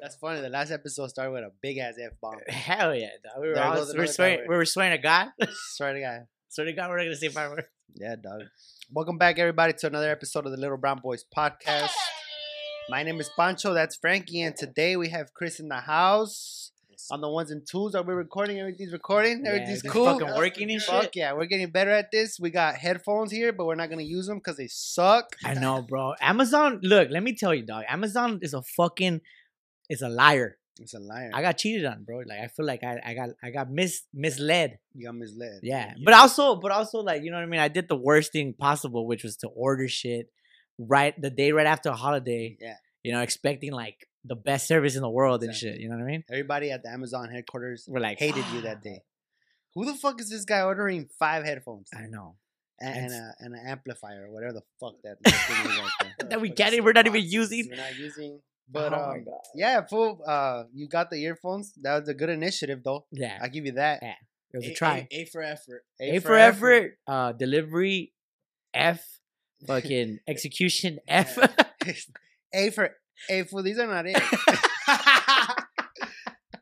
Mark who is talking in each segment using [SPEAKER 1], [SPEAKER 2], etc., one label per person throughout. [SPEAKER 1] That's funny. The last episode started with a big ass f bomb.
[SPEAKER 2] Hell yeah, dog. We were,
[SPEAKER 1] There
[SPEAKER 2] all,
[SPEAKER 1] goes
[SPEAKER 2] we were
[SPEAKER 1] another
[SPEAKER 2] swearing,
[SPEAKER 1] cowboy.
[SPEAKER 2] we were swearing to God.
[SPEAKER 1] Swear to God.
[SPEAKER 2] Swear to God, we're not gonna say five words.
[SPEAKER 1] Yeah, dog. Welcome back, everybody, to another episode of the Little Brown Boys podcast. My name is Pancho. That's Frankie, and today we have Chris in the house. On the ones and twos, are we recording? Everything's recording.
[SPEAKER 2] Yeah,
[SPEAKER 1] Everything's
[SPEAKER 2] everything's
[SPEAKER 1] cool.
[SPEAKER 2] fucking working and
[SPEAKER 1] Fuck
[SPEAKER 2] shit.
[SPEAKER 1] yeah, we're getting better at this. We got headphones here, but we're not gonna use them because they suck.
[SPEAKER 2] I know, bro. Amazon, look, let me tell you, dog. Amazon is a fucking, is a liar.
[SPEAKER 1] It's a liar.
[SPEAKER 2] I got cheated on, bro. Like I feel like I, I got, I got mis misled.
[SPEAKER 1] you got misled.
[SPEAKER 2] Yeah, but also, but also, like you know what I mean. I did the worst thing possible, which was to order shit right the day right after a holiday.
[SPEAKER 1] Yeah.
[SPEAKER 2] you know, expecting like the best service in the world and shit.
[SPEAKER 1] Exactly.
[SPEAKER 2] You know what I mean?
[SPEAKER 1] Everybody at the Amazon headquarters
[SPEAKER 2] We're like "Ah,
[SPEAKER 1] hated you that day. Who the fuck is this guy ordering five headphones
[SPEAKER 2] I know
[SPEAKER 1] and, and,
[SPEAKER 2] it's-
[SPEAKER 1] a, and an amplifier or whatever the fuck that little thing is right there.
[SPEAKER 2] that we
[SPEAKER 1] Fucking
[SPEAKER 2] get it. We're not even
[SPEAKER 1] boxes
[SPEAKER 2] using.
[SPEAKER 1] We're not using. But
[SPEAKER 2] Oh my
[SPEAKER 1] um,
[SPEAKER 2] God.
[SPEAKER 1] yeah, fool. Uh, you got the earphones. That was a good initiative, though.
[SPEAKER 2] Yeah,
[SPEAKER 1] I give you that.
[SPEAKER 2] Yeah, it was a
[SPEAKER 3] A-
[SPEAKER 2] try.
[SPEAKER 3] A, a for effort.
[SPEAKER 2] A, for effort. Uh, delivery. F. Fucking execution. F.
[SPEAKER 1] a for a fool. These are not it.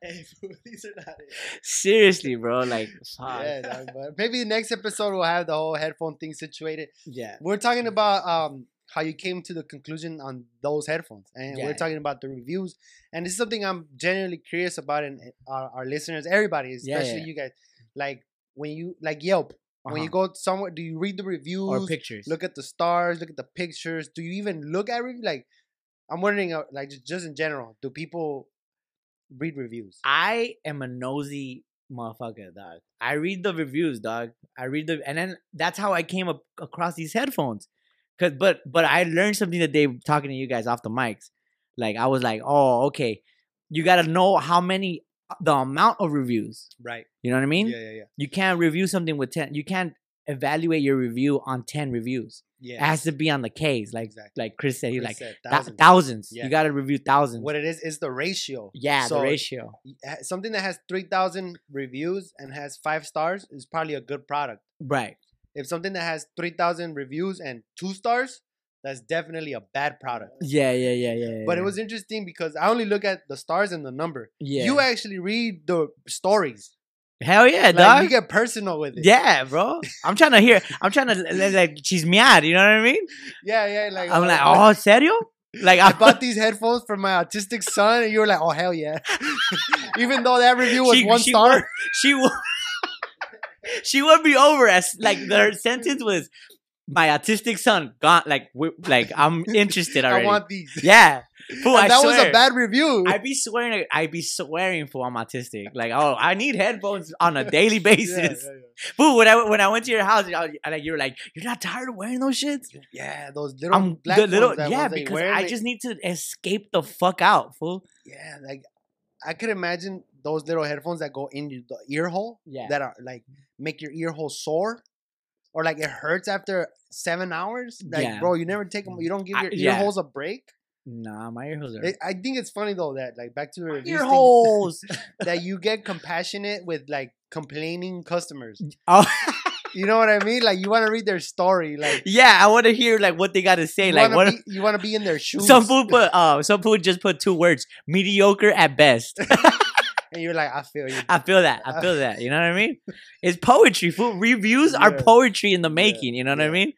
[SPEAKER 3] A for, these are not it.
[SPEAKER 2] Seriously, bro. Like, fuck.
[SPEAKER 1] yeah, dog, but maybe the next episode we'll have the whole headphone thing situated.
[SPEAKER 2] yeah.
[SPEAKER 1] We're talking about um how you came to the conclusion on those headphones, and
[SPEAKER 2] Yeah.
[SPEAKER 1] we're talking about the reviews. And this is something I'm genuinely curious about, and eh, our, our listeners, everybody,
[SPEAKER 2] Yeah, yeah,
[SPEAKER 1] especially
[SPEAKER 2] yeah.
[SPEAKER 1] you guys, like when you like Yelp, when you
[SPEAKER 2] Uh-huh.
[SPEAKER 1] go somewhere, do you read the reviews?
[SPEAKER 2] or pictures.
[SPEAKER 1] look at the stars, look at the pictures. Do you even look at reviews? Like, I'm wondering, uh, like ju- just in general, do people read reviews?
[SPEAKER 2] I am a nosy motherfucker, dog. I read the reviews, dog. I read the, and then that's how I came up across these headphones. Cause, but, but I learned something today talking to you guys off the mics. Like I was like, oh, okay, you gotta know how many, uh, the amount of reviews.
[SPEAKER 1] Right.
[SPEAKER 2] You know what I mean?
[SPEAKER 1] yeah, yeah, yeah.
[SPEAKER 2] You can't review something with ten. You can't evaluate your review on ten reviews. It
[SPEAKER 1] Yeah.
[SPEAKER 2] has to be on the case, like
[SPEAKER 1] Exactly.
[SPEAKER 2] like Chris said. He's
[SPEAKER 1] Chris
[SPEAKER 2] like
[SPEAKER 1] said
[SPEAKER 2] "Thou-
[SPEAKER 1] thousands.
[SPEAKER 2] thousands.
[SPEAKER 1] Yeah.
[SPEAKER 2] You gotta review thousands.
[SPEAKER 1] What it is is the ratio.
[SPEAKER 2] yeah,
[SPEAKER 1] so-
[SPEAKER 2] the ratio.
[SPEAKER 1] Y- ha- Something that has three thousand reviews and has five stars is probably a good product.
[SPEAKER 2] Right.
[SPEAKER 1] If something that has three thousand reviews and two stars, that's definitely a bad product.
[SPEAKER 2] Yeah, yeah, yeah, yeah. yeah,
[SPEAKER 1] But it
[SPEAKER 2] yeah.
[SPEAKER 1] was interesting because I only look at the stars and the number.
[SPEAKER 2] Yeah.
[SPEAKER 1] You actually read the stories.
[SPEAKER 2] Hell yeah,
[SPEAKER 1] Like,
[SPEAKER 2] dog.
[SPEAKER 1] you get personal with it.
[SPEAKER 2] yeah, bro. I'm trying to hear. I'm trying to l- l- like she's mad. You know what I mean?
[SPEAKER 1] yeah, yeah. Like
[SPEAKER 2] I'm
[SPEAKER 1] uh,
[SPEAKER 2] like, oh, serio? Like
[SPEAKER 1] I
[SPEAKER 2] I
[SPEAKER 1] bought these headphones for my autistic son, and you were like, "Oh hell yeah!" Even though that review was
[SPEAKER 2] She-
[SPEAKER 1] one
[SPEAKER 2] she
[SPEAKER 1] star.
[SPEAKER 2] she won. she won me over as like her sentence was, my autistic son got like w- like I'm interested already.
[SPEAKER 1] I want these.
[SPEAKER 2] yeah, fool. I
[SPEAKER 1] And that
[SPEAKER 2] swear.
[SPEAKER 1] was a bad review.
[SPEAKER 2] I be swearing. I be swearing for I'm autistic. Like, oh, I need headphones on a daily basis.
[SPEAKER 1] yeah, yeah, yeah.
[SPEAKER 2] Fool, when I when I went to your house, I was, like you were like, you're not tired of wearing those shits.
[SPEAKER 1] Yeah, those little
[SPEAKER 2] I'm
[SPEAKER 1] black
[SPEAKER 2] the little
[SPEAKER 1] ones that
[SPEAKER 2] yeah
[SPEAKER 1] ones they
[SPEAKER 2] because
[SPEAKER 1] wear,
[SPEAKER 2] I
[SPEAKER 1] they-
[SPEAKER 2] just need to escape the fuck out, fool.
[SPEAKER 1] yeah, like I could imagine those little headphones that go in your- the ear hole
[SPEAKER 2] Yeah. Mm-hmm.
[SPEAKER 1] that are like make your ear hole sore or like it hurts after seven hours. Like,
[SPEAKER 2] Yeah. Mm-hmm.
[SPEAKER 1] bro, you never take them. You don't give
[SPEAKER 2] I-
[SPEAKER 1] your ear
[SPEAKER 2] yeah.
[SPEAKER 1] holes a break.
[SPEAKER 2] Nah, my ear holes are
[SPEAKER 1] It- I think it's funny though that like back to the reviews
[SPEAKER 2] ear
[SPEAKER 1] thing,
[SPEAKER 2] holes.
[SPEAKER 1] that you get compassionate with like complaining customers.
[SPEAKER 2] oh
[SPEAKER 1] You know what I mean? Like you want to read their story. Like
[SPEAKER 2] yeah, I want to hear like what they gotta say.
[SPEAKER 1] you
[SPEAKER 2] like
[SPEAKER 1] want
[SPEAKER 2] what
[SPEAKER 1] to be, you wanna be in their shoes,
[SPEAKER 2] some food put uh some food just put two words mediocre at best.
[SPEAKER 1] and you're like, I feel you.
[SPEAKER 2] I feel that. I feel that. You know what I mean? It's poetry. Food reviews are
[SPEAKER 1] Yeah.
[SPEAKER 2] poetry in the making. You know what I
[SPEAKER 1] yeah.
[SPEAKER 2] mean?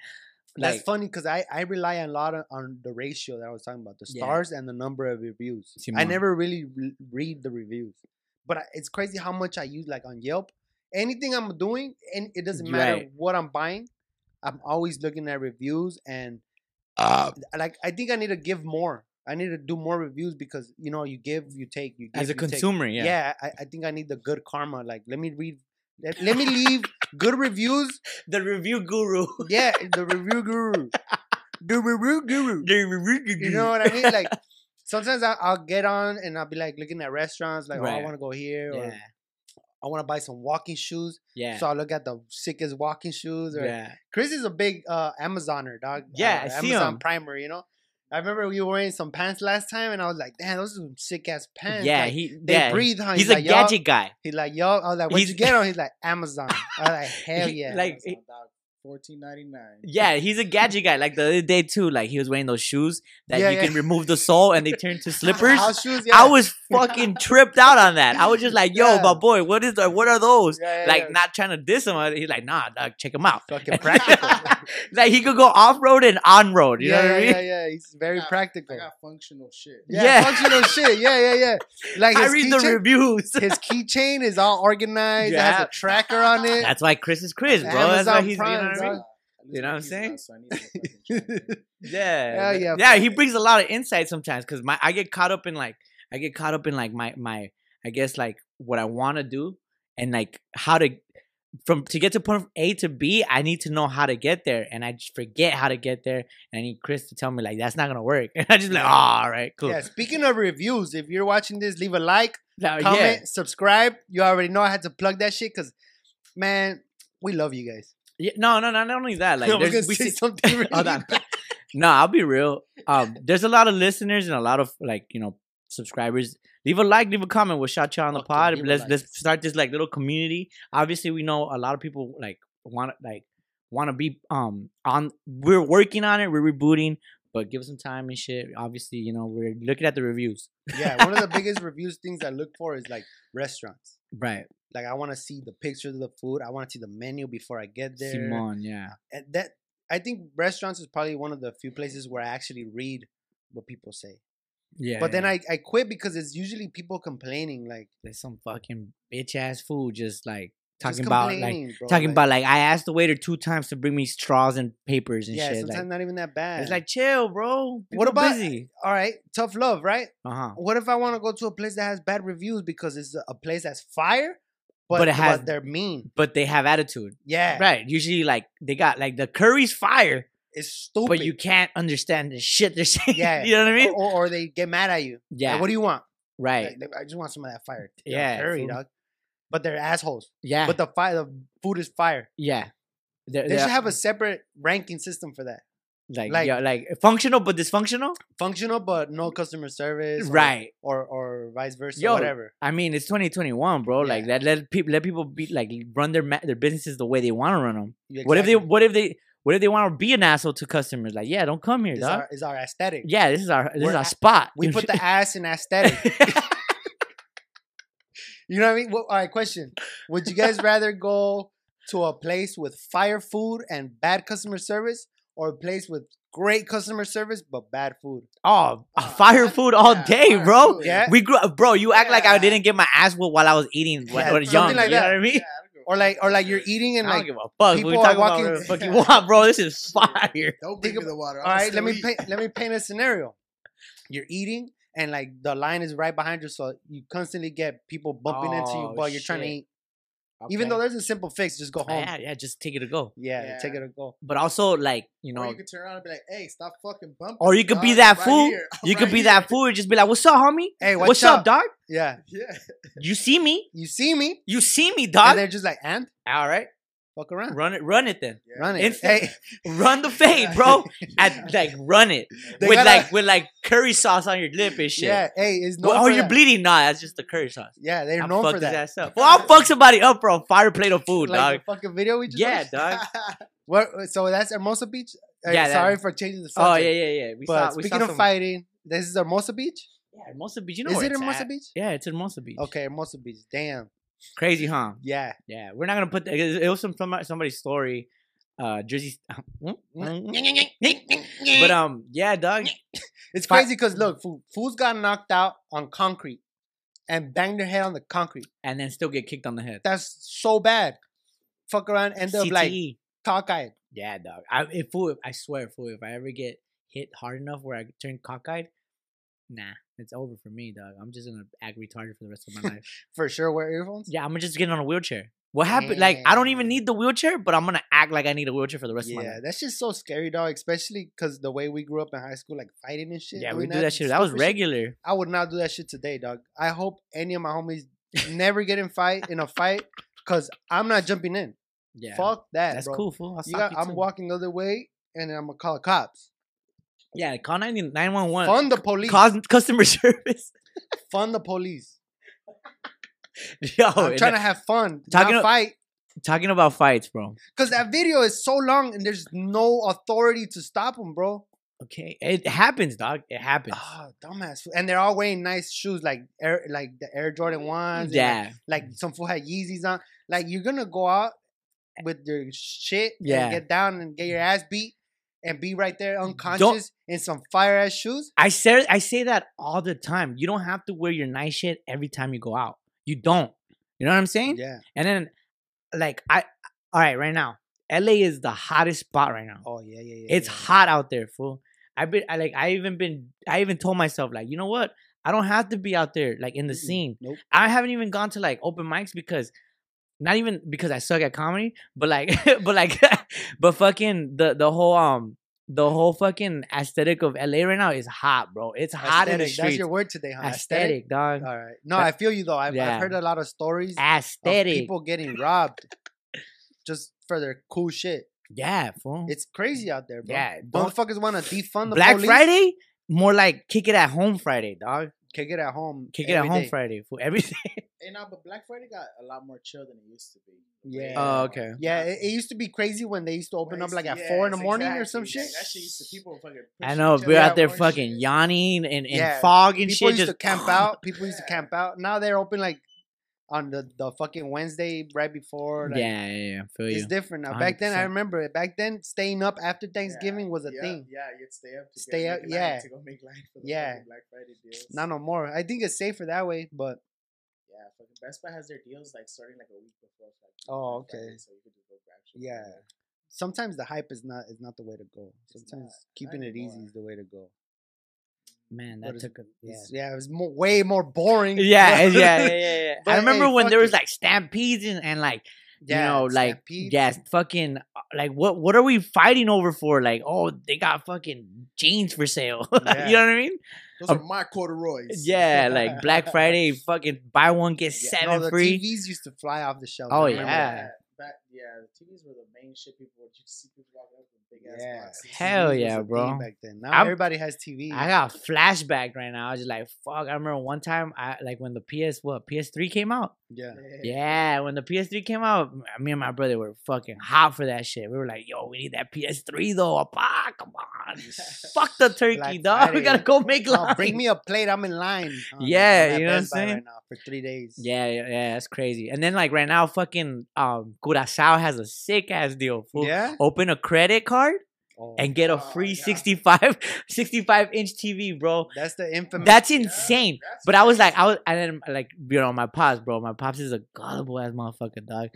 [SPEAKER 1] That's
[SPEAKER 2] Like-
[SPEAKER 1] funny because I, I rely a lot on, on the ratio that I was talking about, the
[SPEAKER 2] Yeah.
[SPEAKER 1] stars and the number of reviews. I
[SPEAKER 2] Simón.
[SPEAKER 1] never really re- read the reviews, but I, it's crazy how much I use like on Yelp. Anything I'm doing, and it doesn't matter
[SPEAKER 2] Right.
[SPEAKER 1] what I'm buying, I'm always looking at reviews, and like I think I need to give more. I need to do more reviews because you know you give, you take, you give,
[SPEAKER 2] As a
[SPEAKER 1] you take.
[SPEAKER 2] consumer,
[SPEAKER 1] Yeah,
[SPEAKER 2] yeah.
[SPEAKER 1] I, I think I need the good karma. Like let me read, let, let me leave good reviews.
[SPEAKER 2] The review guru.
[SPEAKER 1] Yeah, the review guru, the review guru.
[SPEAKER 2] The review guru.
[SPEAKER 1] You know what I mean? Like sometimes I, I'll get on and I'll be like looking at restaurants, like oh, I
[SPEAKER 2] Right.
[SPEAKER 1] want to go here, or
[SPEAKER 2] Yeah.
[SPEAKER 1] I want to buy some walking shoes.
[SPEAKER 2] Yeah.
[SPEAKER 1] So I look at the sickest walking shoes. Or
[SPEAKER 2] yeah.
[SPEAKER 1] Chris is a big uh, Amazoner, dog.
[SPEAKER 2] Yeah,
[SPEAKER 1] uh,
[SPEAKER 2] I see
[SPEAKER 1] Amazon
[SPEAKER 2] him.
[SPEAKER 1] Primer. You know, I remember we were wearing some pants last time, and I was like, damn, those are some sick ass pants.
[SPEAKER 2] Yeah,
[SPEAKER 1] like,
[SPEAKER 2] he
[SPEAKER 1] they
[SPEAKER 2] yeah.
[SPEAKER 1] breathe. Huh?
[SPEAKER 2] He's a
[SPEAKER 1] like, "Yo."
[SPEAKER 2] gadget guy.
[SPEAKER 1] He's like, yo. I was like, where'd you
[SPEAKER 2] He's-
[SPEAKER 1] get on? He's like, Amazon. I was like, hell
[SPEAKER 2] He-
[SPEAKER 1] yeah.
[SPEAKER 2] like,
[SPEAKER 1] Amazon,
[SPEAKER 2] he-
[SPEAKER 1] dog.
[SPEAKER 3] Fourteen ninety nine.
[SPEAKER 2] Yeah, he's a gadget guy. Like the other day too, like he was wearing those shoes that
[SPEAKER 1] Yeah,
[SPEAKER 2] you
[SPEAKER 1] yeah.
[SPEAKER 2] can remove the sole and they turn to slippers.
[SPEAKER 1] House shoes,
[SPEAKER 2] I was fucking tripped out on that. I was just like, "Yo,
[SPEAKER 1] Yeah.
[SPEAKER 2] my boy, what is the, what are those?"
[SPEAKER 1] Yeah, yeah,
[SPEAKER 2] Like,
[SPEAKER 1] yeah.
[SPEAKER 2] not trying to diss him. He's like, "Nah, dog, check him out."
[SPEAKER 1] fucking practical.
[SPEAKER 2] like he could go off road and on road. You
[SPEAKER 1] yeah,
[SPEAKER 2] know what
[SPEAKER 1] yeah,
[SPEAKER 2] I mean?
[SPEAKER 1] yeah, yeah. He's very
[SPEAKER 3] got- I
[SPEAKER 1] practical.
[SPEAKER 3] got functional shit.
[SPEAKER 1] Yeah,
[SPEAKER 2] Yeah.
[SPEAKER 1] functional shit. Yeah, yeah, yeah. Like
[SPEAKER 2] I
[SPEAKER 1] his
[SPEAKER 2] read the
[SPEAKER 1] keychain,
[SPEAKER 2] reviews.
[SPEAKER 1] his keychain is all organized. It has
[SPEAKER 2] Yeah.
[SPEAKER 1] a tracker on it.
[SPEAKER 2] That's why Chris is Chris, bro. That's why
[SPEAKER 1] Amazon
[SPEAKER 2] he's. you know
[SPEAKER 1] Prime,
[SPEAKER 2] what I
[SPEAKER 1] dog.
[SPEAKER 2] mean? You know what I'm saying?
[SPEAKER 1] Yeah,
[SPEAKER 2] Yeah,
[SPEAKER 1] yeah,
[SPEAKER 2] yeah,
[SPEAKER 1] for
[SPEAKER 2] He
[SPEAKER 1] sure.
[SPEAKER 2] brings a lot of insight sometimes because my I get caught up in like I get caught up in like my my I guess like what I want to do and like how to from to get to point A to B. I need to know how to get there, and I just forget how to get there. And I need Chris to tell me like that's not gonna work. And I just be like, oh, all right, cool.
[SPEAKER 1] Yeah. Speaking of reviews, if you're watching this, leave a like,
[SPEAKER 2] Now, Uh, yeah.
[SPEAKER 1] comment, subscribe. You already know I had to plug that shit because, man, we love you guys.
[SPEAKER 2] Yeah, No, no, no, not only that. Like
[SPEAKER 1] I was
[SPEAKER 2] there's-
[SPEAKER 1] gonna
[SPEAKER 2] we
[SPEAKER 1] say
[SPEAKER 2] see-
[SPEAKER 1] something. Really
[SPEAKER 2] Hold on. no, I'll be real. Um, there's a lot of listeners and a lot of like you know subscribers. Leave a like, leave a comment. We'll shout you on the
[SPEAKER 1] Fucking
[SPEAKER 2] pod.
[SPEAKER 1] leave a
[SPEAKER 2] Let's
[SPEAKER 1] like.
[SPEAKER 2] let's start this like little community. Obviously, we know a lot of people like want to like want to be um on. We're working on it. We're rebooting, but give us some time and shit. Obviously, you know we're looking at the reviews.
[SPEAKER 1] yeah, one of the biggest reviews things I look for is like restaurants.
[SPEAKER 2] Right,
[SPEAKER 1] Like I want to see the pictures of the food. I want to see the menu before I get there.
[SPEAKER 2] Simon. Yeah,
[SPEAKER 1] And that I think restaurants is probably one of the few places where I actually read what people say.
[SPEAKER 2] yeah.
[SPEAKER 1] but then
[SPEAKER 2] yeah.
[SPEAKER 1] I, I quit because it's usually people complaining like
[SPEAKER 2] there's some fucking bitch ass food just like
[SPEAKER 1] just
[SPEAKER 2] talking about like.
[SPEAKER 1] complaining, bro,
[SPEAKER 2] Talking about like I asked the waiter two times to bring me straws and papers and
[SPEAKER 1] yeah,
[SPEAKER 2] shit.
[SPEAKER 1] sometimes
[SPEAKER 2] like,
[SPEAKER 1] not even that bad.
[SPEAKER 2] It's like chill, bro.
[SPEAKER 1] What
[SPEAKER 2] People
[SPEAKER 1] about- Uh-huh.
[SPEAKER 2] busy?
[SPEAKER 1] all right, tough love, right?
[SPEAKER 2] Uh huh.
[SPEAKER 1] What if I want to go to a place that has bad reviews because it's a place that's fire, but,
[SPEAKER 2] But it has-
[SPEAKER 1] they're mean.
[SPEAKER 2] But they have attitude,
[SPEAKER 1] Yeah,
[SPEAKER 2] right? Usually, like they got like the curry's fire,
[SPEAKER 1] it's stupid.
[SPEAKER 2] but you can't understand the shit they're saying.
[SPEAKER 1] Yeah.
[SPEAKER 2] you know what I mean?
[SPEAKER 1] or, or, or they get mad at you.
[SPEAKER 2] yeah,
[SPEAKER 1] Like, what do you want?
[SPEAKER 2] right.
[SPEAKER 1] Like, I just want some of that fire.
[SPEAKER 2] Yeah,
[SPEAKER 1] curry,
[SPEAKER 2] food.
[SPEAKER 1] dog. But they're assholes.
[SPEAKER 2] yeah,
[SPEAKER 1] But the fire, the food is fire.
[SPEAKER 2] yeah. They're,
[SPEAKER 1] They should have a separate ranking system for that.
[SPEAKER 2] like
[SPEAKER 1] like-
[SPEAKER 2] like, like functional but dysfunctional,
[SPEAKER 1] Functional, but no customer service. or-
[SPEAKER 2] right?
[SPEAKER 1] Or or, vice versa.
[SPEAKER 2] Yo,
[SPEAKER 1] whatever.
[SPEAKER 2] I mean, it's 2021, bro. Like that, let people let people be like run their ma- their businesses the way they want to run them. What if they? What if they? What if they want to be an asshole to customers? Like, yeah, don't come here,
[SPEAKER 1] Is
[SPEAKER 2] dog.
[SPEAKER 1] our, is our aesthetic?
[SPEAKER 2] Yeah, this is our this
[SPEAKER 1] We're
[SPEAKER 2] is our
[SPEAKER 1] a-
[SPEAKER 2] spot.
[SPEAKER 1] We put the ass in aesthetic. You know what I mean? Well, all right, question. Would you guys rather go to a place with fire food and bad customer service or a place with great customer service but bad food?
[SPEAKER 2] Oh,
[SPEAKER 3] Uh,
[SPEAKER 2] fire
[SPEAKER 3] I-
[SPEAKER 2] food all
[SPEAKER 3] yeah,
[SPEAKER 2] day,
[SPEAKER 3] fire
[SPEAKER 2] bro.
[SPEAKER 3] food.
[SPEAKER 1] Yeah.
[SPEAKER 2] We grew up, bro. You act like I
[SPEAKER 3] Yeah.
[SPEAKER 2] didn't get my ass whooped while I was eating when
[SPEAKER 1] Yeah,
[SPEAKER 2] I was young.
[SPEAKER 1] something like
[SPEAKER 2] you
[SPEAKER 1] that.
[SPEAKER 2] know what I mean?
[SPEAKER 3] Yeah, I'd go
[SPEAKER 1] Or
[SPEAKER 3] for
[SPEAKER 1] like
[SPEAKER 3] that.
[SPEAKER 1] or like you're eating and
[SPEAKER 2] I
[SPEAKER 1] like
[SPEAKER 2] don't give a fuck.
[SPEAKER 1] people
[SPEAKER 2] We
[SPEAKER 1] are
[SPEAKER 2] talking about
[SPEAKER 1] walking-
[SPEAKER 2] whatever the fuck you want, bro. This is fire.
[SPEAKER 3] don't
[SPEAKER 1] think
[SPEAKER 3] think
[SPEAKER 1] of-
[SPEAKER 3] of the water.
[SPEAKER 1] all right, let me paint let me paint a scenario. You're eating and like the line is right behind you, so you constantly get people bumping into you
[SPEAKER 2] Oh,
[SPEAKER 1] while you're trying to
[SPEAKER 2] shit.
[SPEAKER 1] eat. Even though there's a simple fix, just go home.
[SPEAKER 2] yeah, yeah, just take it to go.
[SPEAKER 1] Yeah,
[SPEAKER 3] Yeah.
[SPEAKER 1] take it or go.
[SPEAKER 2] But also, like you
[SPEAKER 3] Or
[SPEAKER 2] know,
[SPEAKER 3] you could turn around and be like, "Hey, stop fucking bumping."
[SPEAKER 2] Or you could be
[SPEAKER 3] dog.
[SPEAKER 2] that
[SPEAKER 3] I'm
[SPEAKER 2] fool.
[SPEAKER 3] here. I'm
[SPEAKER 2] you could
[SPEAKER 3] right
[SPEAKER 2] be
[SPEAKER 3] here."
[SPEAKER 2] that fool and just be like, "What's up, homie?
[SPEAKER 1] Hey,
[SPEAKER 2] What's, up, dog?
[SPEAKER 1] Yeah,
[SPEAKER 3] Yeah.
[SPEAKER 2] You see me?
[SPEAKER 1] you see me,
[SPEAKER 2] You see me,
[SPEAKER 1] and
[SPEAKER 2] dog?
[SPEAKER 1] they're just like, and
[SPEAKER 2] All right,
[SPEAKER 1] fuck around,
[SPEAKER 2] run it, run it then.
[SPEAKER 3] yeah.
[SPEAKER 1] run it.
[SPEAKER 2] Instant-
[SPEAKER 1] Hey,
[SPEAKER 2] Run the fade, bro. At like, run it
[SPEAKER 1] They
[SPEAKER 2] with
[SPEAKER 1] gotta-
[SPEAKER 2] like with like curry sauce on your lip and shit.
[SPEAKER 1] Yeah, hey, it's no.
[SPEAKER 2] Well, oh,
[SPEAKER 1] for
[SPEAKER 2] you're
[SPEAKER 1] that.
[SPEAKER 2] bleeding? Nah, that's just the curry sauce.
[SPEAKER 1] Yeah, they're
[SPEAKER 2] I'll
[SPEAKER 1] known
[SPEAKER 2] fuck
[SPEAKER 1] for
[SPEAKER 2] his
[SPEAKER 1] that.
[SPEAKER 2] ass up. Well, I'll fuck somebody up for a fire plate of food,
[SPEAKER 1] Like
[SPEAKER 2] dog.
[SPEAKER 1] the fucking video we just
[SPEAKER 2] Yeah,
[SPEAKER 1] watched?
[SPEAKER 2] dog.
[SPEAKER 1] What, so that's Hermosa Beach. Uh,
[SPEAKER 2] Yeah, that-
[SPEAKER 1] sorry for changing the subject.
[SPEAKER 2] Oh yeah, yeah, yeah. We
[SPEAKER 1] But
[SPEAKER 2] saw, we
[SPEAKER 1] speaking
[SPEAKER 2] saw
[SPEAKER 1] of
[SPEAKER 2] some,
[SPEAKER 1] fighting, this is Hermosa Beach.
[SPEAKER 2] yeah, Hermosa Beach. You know
[SPEAKER 1] is
[SPEAKER 2] where
[SPEAKER 1] it
[SPEAKER 2] it's
[SPEAKER 1] Hermosa
[SPEAKER 2] at.
[SPEAKER 1] Beach?
[SPEAKER 2] Yeah, it's Hermosa Beach.
[SPEAKER 1] Okay, Hermosa Beach. Damn.
[SPEAKER 2] crazy, huh?
[SPEAKER 1] Yeah.
[SPEAKER 2] Yeah, we're not gonna put that. It was some from somebody's story. Uh, Jersey. mm, but um, yeah, dog.
[SPEAKER 1] It's
[SPEAKER 2] Fi-
[SPEAKER 1] crazy because look, foo- fools got knocked out on concrete and banged their head on the concrete.
[SPEAKER 2] And then still get kicked on the head.
[SPEAKER 1] That's so bad. Fuck around, end
[SPEAKER 2] E.
[SPEAKER 1] up like
[SPEAKER 2] CTE.
[SPEAKER 1] cockeyed.
[SPEAKER 2] Yeah, dog. I if fool, I swear, fool, if I ever get hit hard enough where I turn cockeyed, nah, it's over for me, dog. I'm just gonna act retarded for the rest of my life.
[SPEAKER 1] For sure, wear earphones.
[SPEAKER 2] Yeah, I'm gonna just get on a wheelchair. What happened? Like, I don't even
[SPEAKER 1] Damn.
[SPEAKER 2] need the wheelchair, but I'm gonna act like I need a wheelchair for the rest of my
[SPEAKER 1] Yeah,
[SPEAKER 2] life.
[SPEAKER 1] that's just so scary, dog. Especially because the way we grew up in high school, like fighting and shit.
[SPEAKER 2] Yeah, we
[SPEAKER 1] doing
[SPEAKER 2] do that shit. That was
[SPEAKER 1] stupid shit.
[SPEAKER 2] regular.
[SPEAKER 1] I would not do that shit today, dog. I hope any of my homies never get in fight in a fight because I'm not jumping in.
[SPEAKER 2] Yeah,
[SPEAKER 1] Fuck that.
[SPEAKER 2] that's
[SPEAKER 1] bro.
[SPEAKER 2] cool, fool. I'll
[SPEAKER 1] You
[SPEAKER 2] stop
[SPEAKER 1] got,
[SPEAKER 2] you
[SPEAKER 1] I'm
[SPEAKER 2] too.
[SPEAKER 1] walking the other way and then I'm gonna call the cops.
[SPEAKER 2] Yeah, call 90 911.
[SPEAKER 1] Fund the police.
[SPEAKER 2] Cos- customer service.
[SPEAKER 1] Fund the police.
[SPEAKER 2] Yo,
[SPEAKER 1] I'm
[SPEAKER 2] and
[SPEAKER 1] trying
[SPEAKER 2] then-
[SPEAKER 1] to have fun,
[SPEAKER 2] Oh, Talking
[SPEAKER 1] not
[SPEAKER 2] of-
[SPEAKER 1] fight.
[SPEAKER 2] talking about fights, bro.
[SPEAKER 1] Because that video is so long and there's no authority to stop him, bro.
[SPEAKER 2] Okay, it happens, dog. It happens.
[SPEAKER 1] Ah, dumbass. fool. And they're all wearing nice shoes, like Air, like the Air Jordan ones. and,
[SPEAKER 2] yeah,
[SPEAKER 1] Like, like some fool had Yeezys on. Like you're gonna go out with your shit.
[SPEAKER 2] Yeah. Mm.
[SPEAKER 1] And get down and get your ass beat and be right there unconscious in some fire ass shoes.
[SPEAKER 2] I say I say that all the time. You don't have to wear your nice shit every time you go out. You don't. You know what I'm saying?
[SPEAKER 1] Yeah.
[SPEAKER 2] And then, like, I all right right now. LA is the hottest spot right now.
[SPEAKER 1] Oh yeah, yeah, yeah.
[SPEAKER 2] it's
[SPEAKER 1] yeah, yeah.
[SPEAKER 2] hot out there, fool. I've been I like I even been I even told myself like, you know what? I don't have to be out there like in the
[SPEAKER 1] Mm-mm.
[SPEAKER 2] scene.
[SPEAKER 1] Mm, Nope.
[SPEAKER 2] I haven't even gone to like open mics because not even because I suck at comedy, but like but like but fucking the the whole um the whole fucking aesthetic of LA right now is hot, bro. It's hot in the
[SPEAKER 1] Aesthetic, That's
[SPEAKER 2] streets.
[SPEAKER 1] your word today, huh?
[SPEAKER 2] aesthetic, dog.
[SPEAKER 1] All right. No,
[SPEAKER 2] That-
[SPEAKER 1] I feel you though. I've,
[SPEAKER 2] Yeah.
[SPEAKER 1] I've heard a lot of stories of
[SPEAKER 2] Aesthetic.
[SPEAKER 1] uh, people getting robbed just for their cool shit.
[SPEAKER 2] Yeah, fool.
[SPEAKER 1] It's crazy out there, bro.
[SPEAKER 2] Mm. Yeah, don't-
[SPEAKER 1] Motherfuckers want to defund the
[SPEAKER 2] Black
[SPEAKER 1] police.
[SPEAKER 2] Friday? More like kick it at home Friday, dog.
[SPEAKER 1] Kick it at home.
[SPEAKER 2] Kick it at
[SPEAKER 1] every
[SPEAKER 2] home
[SPEAKER 1] day.
[SPEAKER 2] Friday for everything.
[SPEAKER 3] And now, but Black Friday got a lot more chill than it used to be. um,
[SPEAKER 1] Yeah.
[SPEAKER 2] Oh, okay.
[SPEAKER 1] Yeah, it, it used to be crazy when they used to open up like at
[SPEAKER 3] Yeah,
[SPEAKER 1] four in the
[SPEAKER 3] it's
[SPEAKER 1] morning or some
[SPEAKER 3] exactly.
[SPEAKER 1] shit.
[SPEAKER 3] That shit used to people fucking.
[SPEAKER 2] I
[SPEAKER 3] pushing
[SPEAKER 2] know
[SPEAKER 3] each other
[SPEAKER 2] we're out there
[SPEAKER 3] more
[SPEAKER 2] fucking
[SPEAKER 3] shit.
[SPEAKER 2] yawning and, and
[SPEAKER 1] Yeah.
[SPEAKER 2] fog and
[SPEAKER 1] People used
[SPEAKER 2] shit. Just
[SPEAKER 1] to camp out. People used to
[SPEAKER 3] Yeah.
[SPEAKER 1] camp out. Now they're open like on the, the fucking Wednesday right before. Like,
[SPEAKER 2] yeah, yeah, yeah. Feel
[SPEAKER 1] It's
[SPEAKER 2] you.
[SPEAKER 1] different now. Back then, I
[SPEAKER 2] 100%.
[SPEAKER 1] remember it. Back then, staying up after Thanksgiving was a
[SPEAKER 3] yeah,
[SPEAKER 1] thing.
[SPEAKER 3] Yeah, you'd stay up. To
[SPEAKER 1] Stay
[SPEAKER 3] get,
[SPEAKER 1] up,
[SPEAKER 3] make line
[SPEAKER 1] yeah.
[SPEAKER 3] To go make line for the
[SPEAKER 1] Yeah.
[SPEAKER 3] fucking Black Friday deals.
[SPEAKER 1] Not no more. I think it's safer that way, but
[SPEAKER 3] Yeah, fucking Best Buy has their deals like starting like a week before. Like,
[SPEAKER 1] Oh,
[SPEAKER 3] Black Friday,
[SPEAKER 1] okay.
[SPEAKER 3] so you could just go grab shit.
[SPEAKER 1] Yeah.
[SPEAKER 2] Oh,
[SPEAKER 1] sometimes the hype is not is not the way to go.
[SPEAKER 3] It's
[SPEAKER 1] Sometimes
[SPEAKER 3] not.
[SPEAKER 1] keeping
[SPEAKER 3] Not
[SPEAKER 1] it easy
[SPEAKER 3] anymore.
[SPEAKER 1] is the way to go.
[SPEAKER 2] Man,
[SPEAKER 1] What
[SPEAKER 2] that
[SPEAKER 1] is-
[SPEAKER 2] took a yeah.
[SPEAKER 1] It's- Yeah, it was more, way more boring.
[SPEAKER 2] Yeah, yeah, yeah, yeah, yeah.
[SPEAKER 1] But,
[SPEAKER 2] I remember
[SPEAKER 1] hey,
[SPEAKER 2] when
[SPEAKER 1] fuck
[SPEAKER 2] there was
[SPEAKER 1] it.
[SPEAKER 2] like stampedes and, and like you
[SPEAKER 1] Yeah,
[SPEAKER 2] know like
[SPEAKER 1] Stampede.
[SPEAKER 2] yes, fucking uh, like what what are we fighting over for? Like oh, they got fucking jeans for sale.
[SPEAKER 1] Yeah.
[SPEAKER 2] you know what I mean?
[SPEAKER 3] Those
[SPEAKER 2] Uh,
[SPEAKER 3] are my corduroys.
[SPEAKER 2] Yeah, like Black Friday, fucking buy one get
[SPEAKER 3] Yeah.
[SPEAKER 1] No,
[SPEAKER 2] seven
[SPEAKER 1] the
[SPEAKER 2] free.
[SPEAKER 1] TVs used to fly off the shelf. I
[SPEAKER 2] Oh,
[SPEAKER 3] I
[SPEAKER 1] remember
[SPEAKER 3] remember
[SPEAKER 1] that.
[SPEAKER 2] yeah.
[SPEAKER 3] that. Back, yeah, the TVs were the main shit people would just see people walk up with big ass
[SPEAKER 1] Yeah.
[SPEAKER 3] boxes.
[SPEAKER 2] Hell
[SPEAKER 1] TVs was
[SPEAKER 2] yeah,
[SPEAKER 1] a thing
[SPEAKER 2] bro.
[SPEAKER 1] Back then, now
[SPEAKER 2] I'm-
[SPEAKER 1] everybody has TV.
[SPEAKER 2] I got flashback right now. I was just like, fuck. I remember one time, I like when the PS what PS3 came out.
[SPEAKER 1] yeah,
[SPEAKER 2] Yeah, when the PS3 came out, m- uh, me and my brother were fucking hot for that shit. We were like, yo, we need that PS3 though. ah, Pa, come on. Fuck the turkey,
[SPEAKER 1] Black
[SPEAKER 2] dog.
[SPEAKER 1] Friday.
[SPEAKER 2] We gotta go make
[SPEAKER 1] Oh,
[SPEAKER 2] love.
[SPEAKER 1] bring me a plate. I'm in line. huh?
[SPEAKER 2] Yeah,
[SPEAKER 1] I'm at
[SPEAKER 2] you know what I'm
[SPEAKER 1] Best Buy
[SPEAKER 2] saying?
[SPEAKER 1] Right now for three days.
[SPEAKER 2] Yeah, yeah, yeah, that's crazy. And then like right now, fucking um Curacao has a sick ass deal. Fool.
[SPEAKER 1] yeah.
[SPEAKER 2] Open a credit card
[SPEAKER 1] Oh,
[SPEAKER 2] and get a
[SPEAKER 3] Oh,
[SPEAKER 2] free
[SPEAKER 3] yeah.
[SPEAKER 2] 65 65 inch TV, bro.
[SPEAKER 1] that's the infamous.
[SPEAKER 2] That's
[SPEAKER 3] Yeah,
[SPEAKER 2] insane.
[SPEAKER 3] that's
[SPEAKER 2] But I was like,
[SPEAKER 3] crazy.
[SPEAKER 2] I was, I didn't like, you know, my pops, bro. My pops is a gullible ass motherfucker, dog.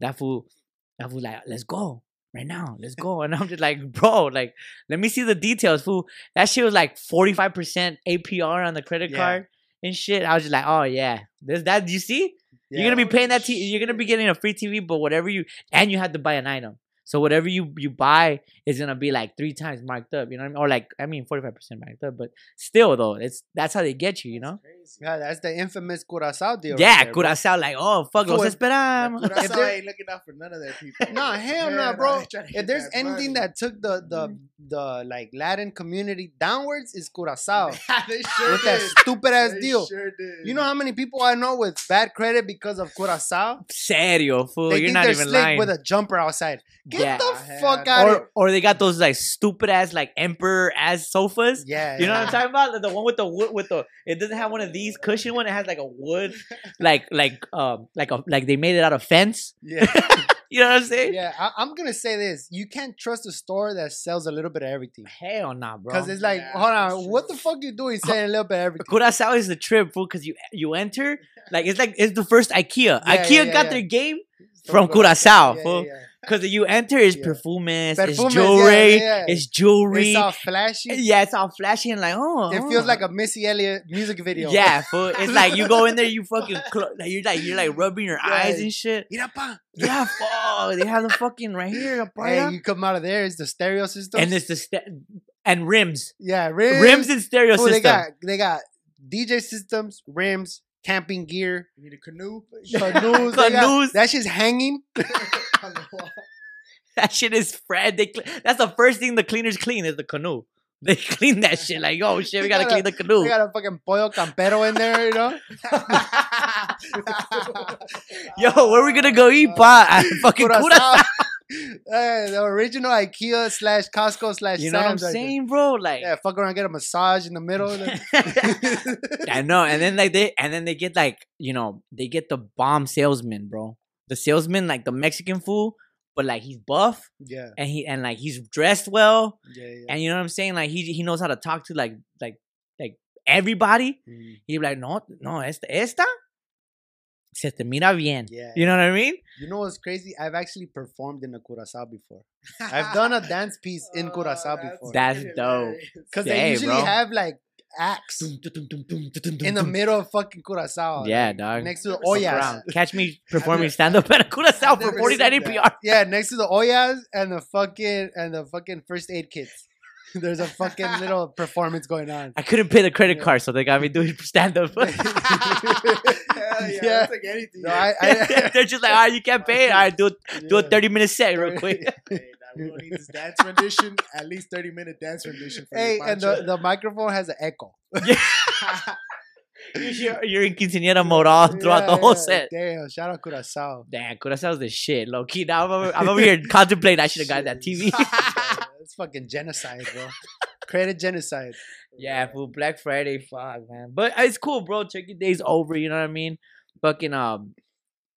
[SPEAKER 2] That fool, that fool, like, let's go right now, let's go. And I'm just like, bro, like, let me see the details, fool. That shit was like 45% APR on the credit
[SPEAKER 1] Yeah.
[SPEAKER 2] card and shit. I was just like, oh yeah, this that you see, you're gonna be
[SPEAKER 3] Holy
[SPEAKER 2] paying that. T- you're gonna be
[SPEAKER 3] shit.
[SPEAKER 2] getting a free TV, but whatever you and you had to buy an item. So whatever you you buy is gonna be like three times marked up, you know what I mean? Or like I mean forty five percent marked up, but still though, it's that's how they get you, you know?
[SPEAKER 3] That's crazy.
[SPEAKER 1] Yeah, that's the infamous curacao deal. right
[SPEAKER 2] Yeah,
[SPEAKER 1] there, bro.
[SPEAKER 2] Curacao, like, oh fuck,
[SPEAKER 1] So
[SPEAKER 2] los
[SPEAKER 1] um, if-
[SPEAKER 2] esperamos.
[SPEAKER 3] Like, Curacao
[SPEAKER 1] there-
[SPEAKER 3] ain't looking out for none of their people.
[SPEAKER 1] Nah, hell nah,
[SPEAKER 3] Hell
[SPEAKER 1] bro.
[SPEAKER 3] they tryna
[SPEAKER 1] If
[SPEAKER 3] get
[SPEAKER 1] there's
[SPEAKER 3] that
[SPEAKER 1] anything
[SPEAKER 3] money.
[SPEAKER 1] that took the
[SPEAKER 2] Mm-hmm.
[SPEAKER 1] the the like Latin community downwards is curacao
[SPEAKER 3] they sure
[SPEAKER 1] Oh. with that
[SPEAKER 3] did.
[SPEAKER 1] stupid ass
[SPEAKER 3] They
[SPEAKER 1] deal.
[SPEAKER 3] sure did.
[SPEAKER 1] You know how many people I know with bad credit because of curacao?
[SPEAKER 2] Serio, fool,
[SPEAKER 1] they
[SPEAKER 2] Oh, you're
[SPEAKER 1] think
[SPEAKER 2] not
[SPEAKER 1] they're
[SPEAKER 2] even
[SPEAKER 1] slick
[SPEAKER 2] lying.
[SPEAKER 1] with a jumper outside. Get
[SPEAKER 2] Yeah.
[SPEAKER 1] the
[SPEAKER 3] I
[SPEAKER 1] fuck
[SPEAKER 3] had-
[SPEAKER 1] out of
[SPEAKER 2] or or they got those like stupid ass like emperor ass sofas.
[SPEAKER 1] Yeah,
[SPEAKER 2] You know what I'm
[SPEAKER 1] yeah.
[SPEAKER 2] talking about? Like, The one with the wood with the it doesn't have one of these cushion one, it has like a wood like like um like a like they made it out of fence.
[SPEAKER 1] Yeah,
[SPEAKER 2] You know what I'm saying?
[SPEAKER 1] yeah. I, I'm gonna say this: you can't trust a store that sells a little bit of everything
[SPEAKER 2] Hell nah, bro.
[SPEAKER 1] because it's like,
[SPEAKER 3] Yeah,
[SPEAKER 1] hold
[SPEAKER 3] that's
[SPEAKER 1] on, what the
[SPEAKER 3] true.
[SPEAKER 1] fuck you doing selling a little bit of everything?
[SPEAKER 2] Curacao is the trip, fool, because you you enter like it's like it's the first IKEA.
[SPEAKER 1] Yeah,
[SPEAKER 2] IKEA
[SPEAKER 1] yeah, yeah,
[SPEAKER 2] got
[SPEAKER 1] yeah.
[SPEAKER 2] their game
[SPEAKER 1] From
[SPEAKER 2] from
[SPEAKER 1] Curacao,
[SPEAKER 2] Curacao,
[SPEAKER 1] yeah,
[SPEAKER 2] fool.
[SPEAKER 1] yeah, yeah.
[SPEAKER 2] Because you enter it's
[SPEAKER 1] Yeah.
[SPEAKER 2] perfumes,
[SPEAKER 1] Perfumes,
[SPEAKER 2] it's
[SPEAKER 1] yeah, yeah,
[SPEAKER 2] jewelry,
[SPEAKER 1] yeah.
[SPEAKER 2] it's jewelry.
[SPEAKER 1] It's all flashy.
[SPEAKER 2] yeah, it's all flashy and like oh,
[SPEAKER 1] It
[SPEAKER 2] oh.
[SPEAKER 1] feels like a Missy Elliott music video.
[SPEAKER 2] Yeah, fool. It's like you go in there, you fucking clo- like you're like you're like rubbing your
[SPEAKER 1] Yeah.
[SPEAKER 2] eyes and shit.
[SPEAKER 1] Mira, pa.
[SPEAKER 2] Yeah, fuck. They have the fucking right here, up right
[SPEAKER 1] Hey,
[SPEAKER 2] up.
[SPEAKER 1] you come out of there, it's the stereo system.
[SPEAKER 2] and it's the st- and rims,
[SPEAKER 1] yeah,
[SPEAKER 2] rims,
[SPEAKER 1] rims.
[SPEAKER 2] and stereo
[SPEAKER 1] Fool,
[SPEAKER 2] system.
[SPEAKER 1] They got they got DJ systems, rims, camping gear,
[SPEAKER 3] You need a canoe.
[SPEAKER 1] canoes. they got-
[SPEAKER 2] Canoes.
[SPEAKER 1] that shit's hanging.
[SPEAKER 3] on the wall.
[SPEAKER 2] That shit is Fred. They cle- that's the first thing the cleaners clean is the canoe. They clean that shit like, oh shit,
[SPEAKER 1] They
[SPEAKER 2] we gotta
[SPEAKER 1] gotta-
[SPEAKER 2] clean the
[SPEAKER 1] They
[SPEAKER 2] canoe.
[SPEAKER 1] got a fucking pollo campero in there, you know.
[SPEAKER 2] Yo, where we gonna go eat, pa? At fucking Curacao.
[SPEAKER 1] Hey, the original IKEA slash Costco slash
[SPEAKER 2] You know what I'm
[SPEAKER 1] Sam's right there.
[SPEAKER 2] saying, bro? Like,
[SPEAKER 1] Yeah, fuck around, get a massage in the middle. like-
[SPEAKER 2] I know. And then like they, and then they get like you know they get the bomb salesman, bro. The salesman like the Mexican fool, but like he's buff
[SPEAKER 1] yeah,
[SPEAKER 2] and he and like he's dressed well.
[SPEAKER 1] yeah, yeah.
[SPEAKER 2] and you know what I'm saying? Like he he knows how to talk to like like like everybody.
[SPEAKER 1] Mhm.
[SPEAKER 2] He'd be like, no, no, esta, esta se te mira bien.
[SPEAKER 1] Yeah.
[SPEAKER 2] You know what I mean?
[SPEAKER 1] You know what's crazy? I've actually performed in a curacao before. I've done a dance piece
[SPEAKER 3] Oh,
[SPEAKER 1] in curacao before.
[SPEAKER 2] That's dope.
[SPEAKER 1] Because
[SPEAKER 2] Hey,
[SPEAKER 1] they usually
[SPEAKER 2] bro.
[SPEAKER 1] have like acts in the middle of fucking curacao.
[SPEAKER 2] yeah,
[SPEAKER 1] like,
[SPEAKER 2] dog.
[SPEAKER 1] next to the
[SPEAKER 3] Never saw
[SPEAKER 1] ollas.
[SPEAKER 2] Brown. Oh, Catch me performing
[SPEAKER 3] never-
[SPEAKER 2] stand up at a Curacao
[SPEAKER 3] I've
[SPEAKER 2] for
[SPEAKER 3] never
[SPEAKER 2] 49
[SPEAKER 3] seen that.
[SPEAKER 2] NPR.
[SPEAKER 1] Yeah, next to the ollas and the fucking and the fucking first aid kits. There's a fucking little performance going on.
[SPEAKER 2] I couldn't pay the credit
[SPEAKER 1] Yeah.
[SPEAKER 2] card, so they got me doing stand up.
[SPEAKER 3] Hell yeah,
[SPEAKER 1] Yeah.
[SPEAKER 3] that's like anything.
[SPEAKER 1] No, I, I,
[SPEAKER 2] They're just like, all right, you can't pay it. All right, do, do a
[SPEAKER 1] Yeah.
[SPEAKER 2] 30 minute set real quick.
[SPEAKER 3] Hey, nah, we gonna need this dance rendition, at least 30 minute dance rendition for
[SPEAKER 1] Hey,
[SPEAKER 3] your
[SPEAKER 1] and
[SPEAKER 3] pancho.
[SPEAKER 1] the, the microphone has an echo.
[SPEAKER 2] You're, you're in quinceanera mode all throughout the
[SPEAKER 1] Yeah,
[SPEAKER 2] whole
[SPEAKER 1] yeah.
[SPEAKER 2] set.
[SPEAKER 1] Damn, shout out Curacao.
[SPEAKER 2] Damn, Curaçao's the shit, low key. Now I'm over, I'm over here contemplating I should have got that TV.
[SPEAKER 1] It's fucking genocide, bro. Created genocide.
[SPEAKER 2] yeah, fool, Black Friday, fuck, man. But uh, it's cool, bro. Turkey Day's over, you know what I mean? Fucking um,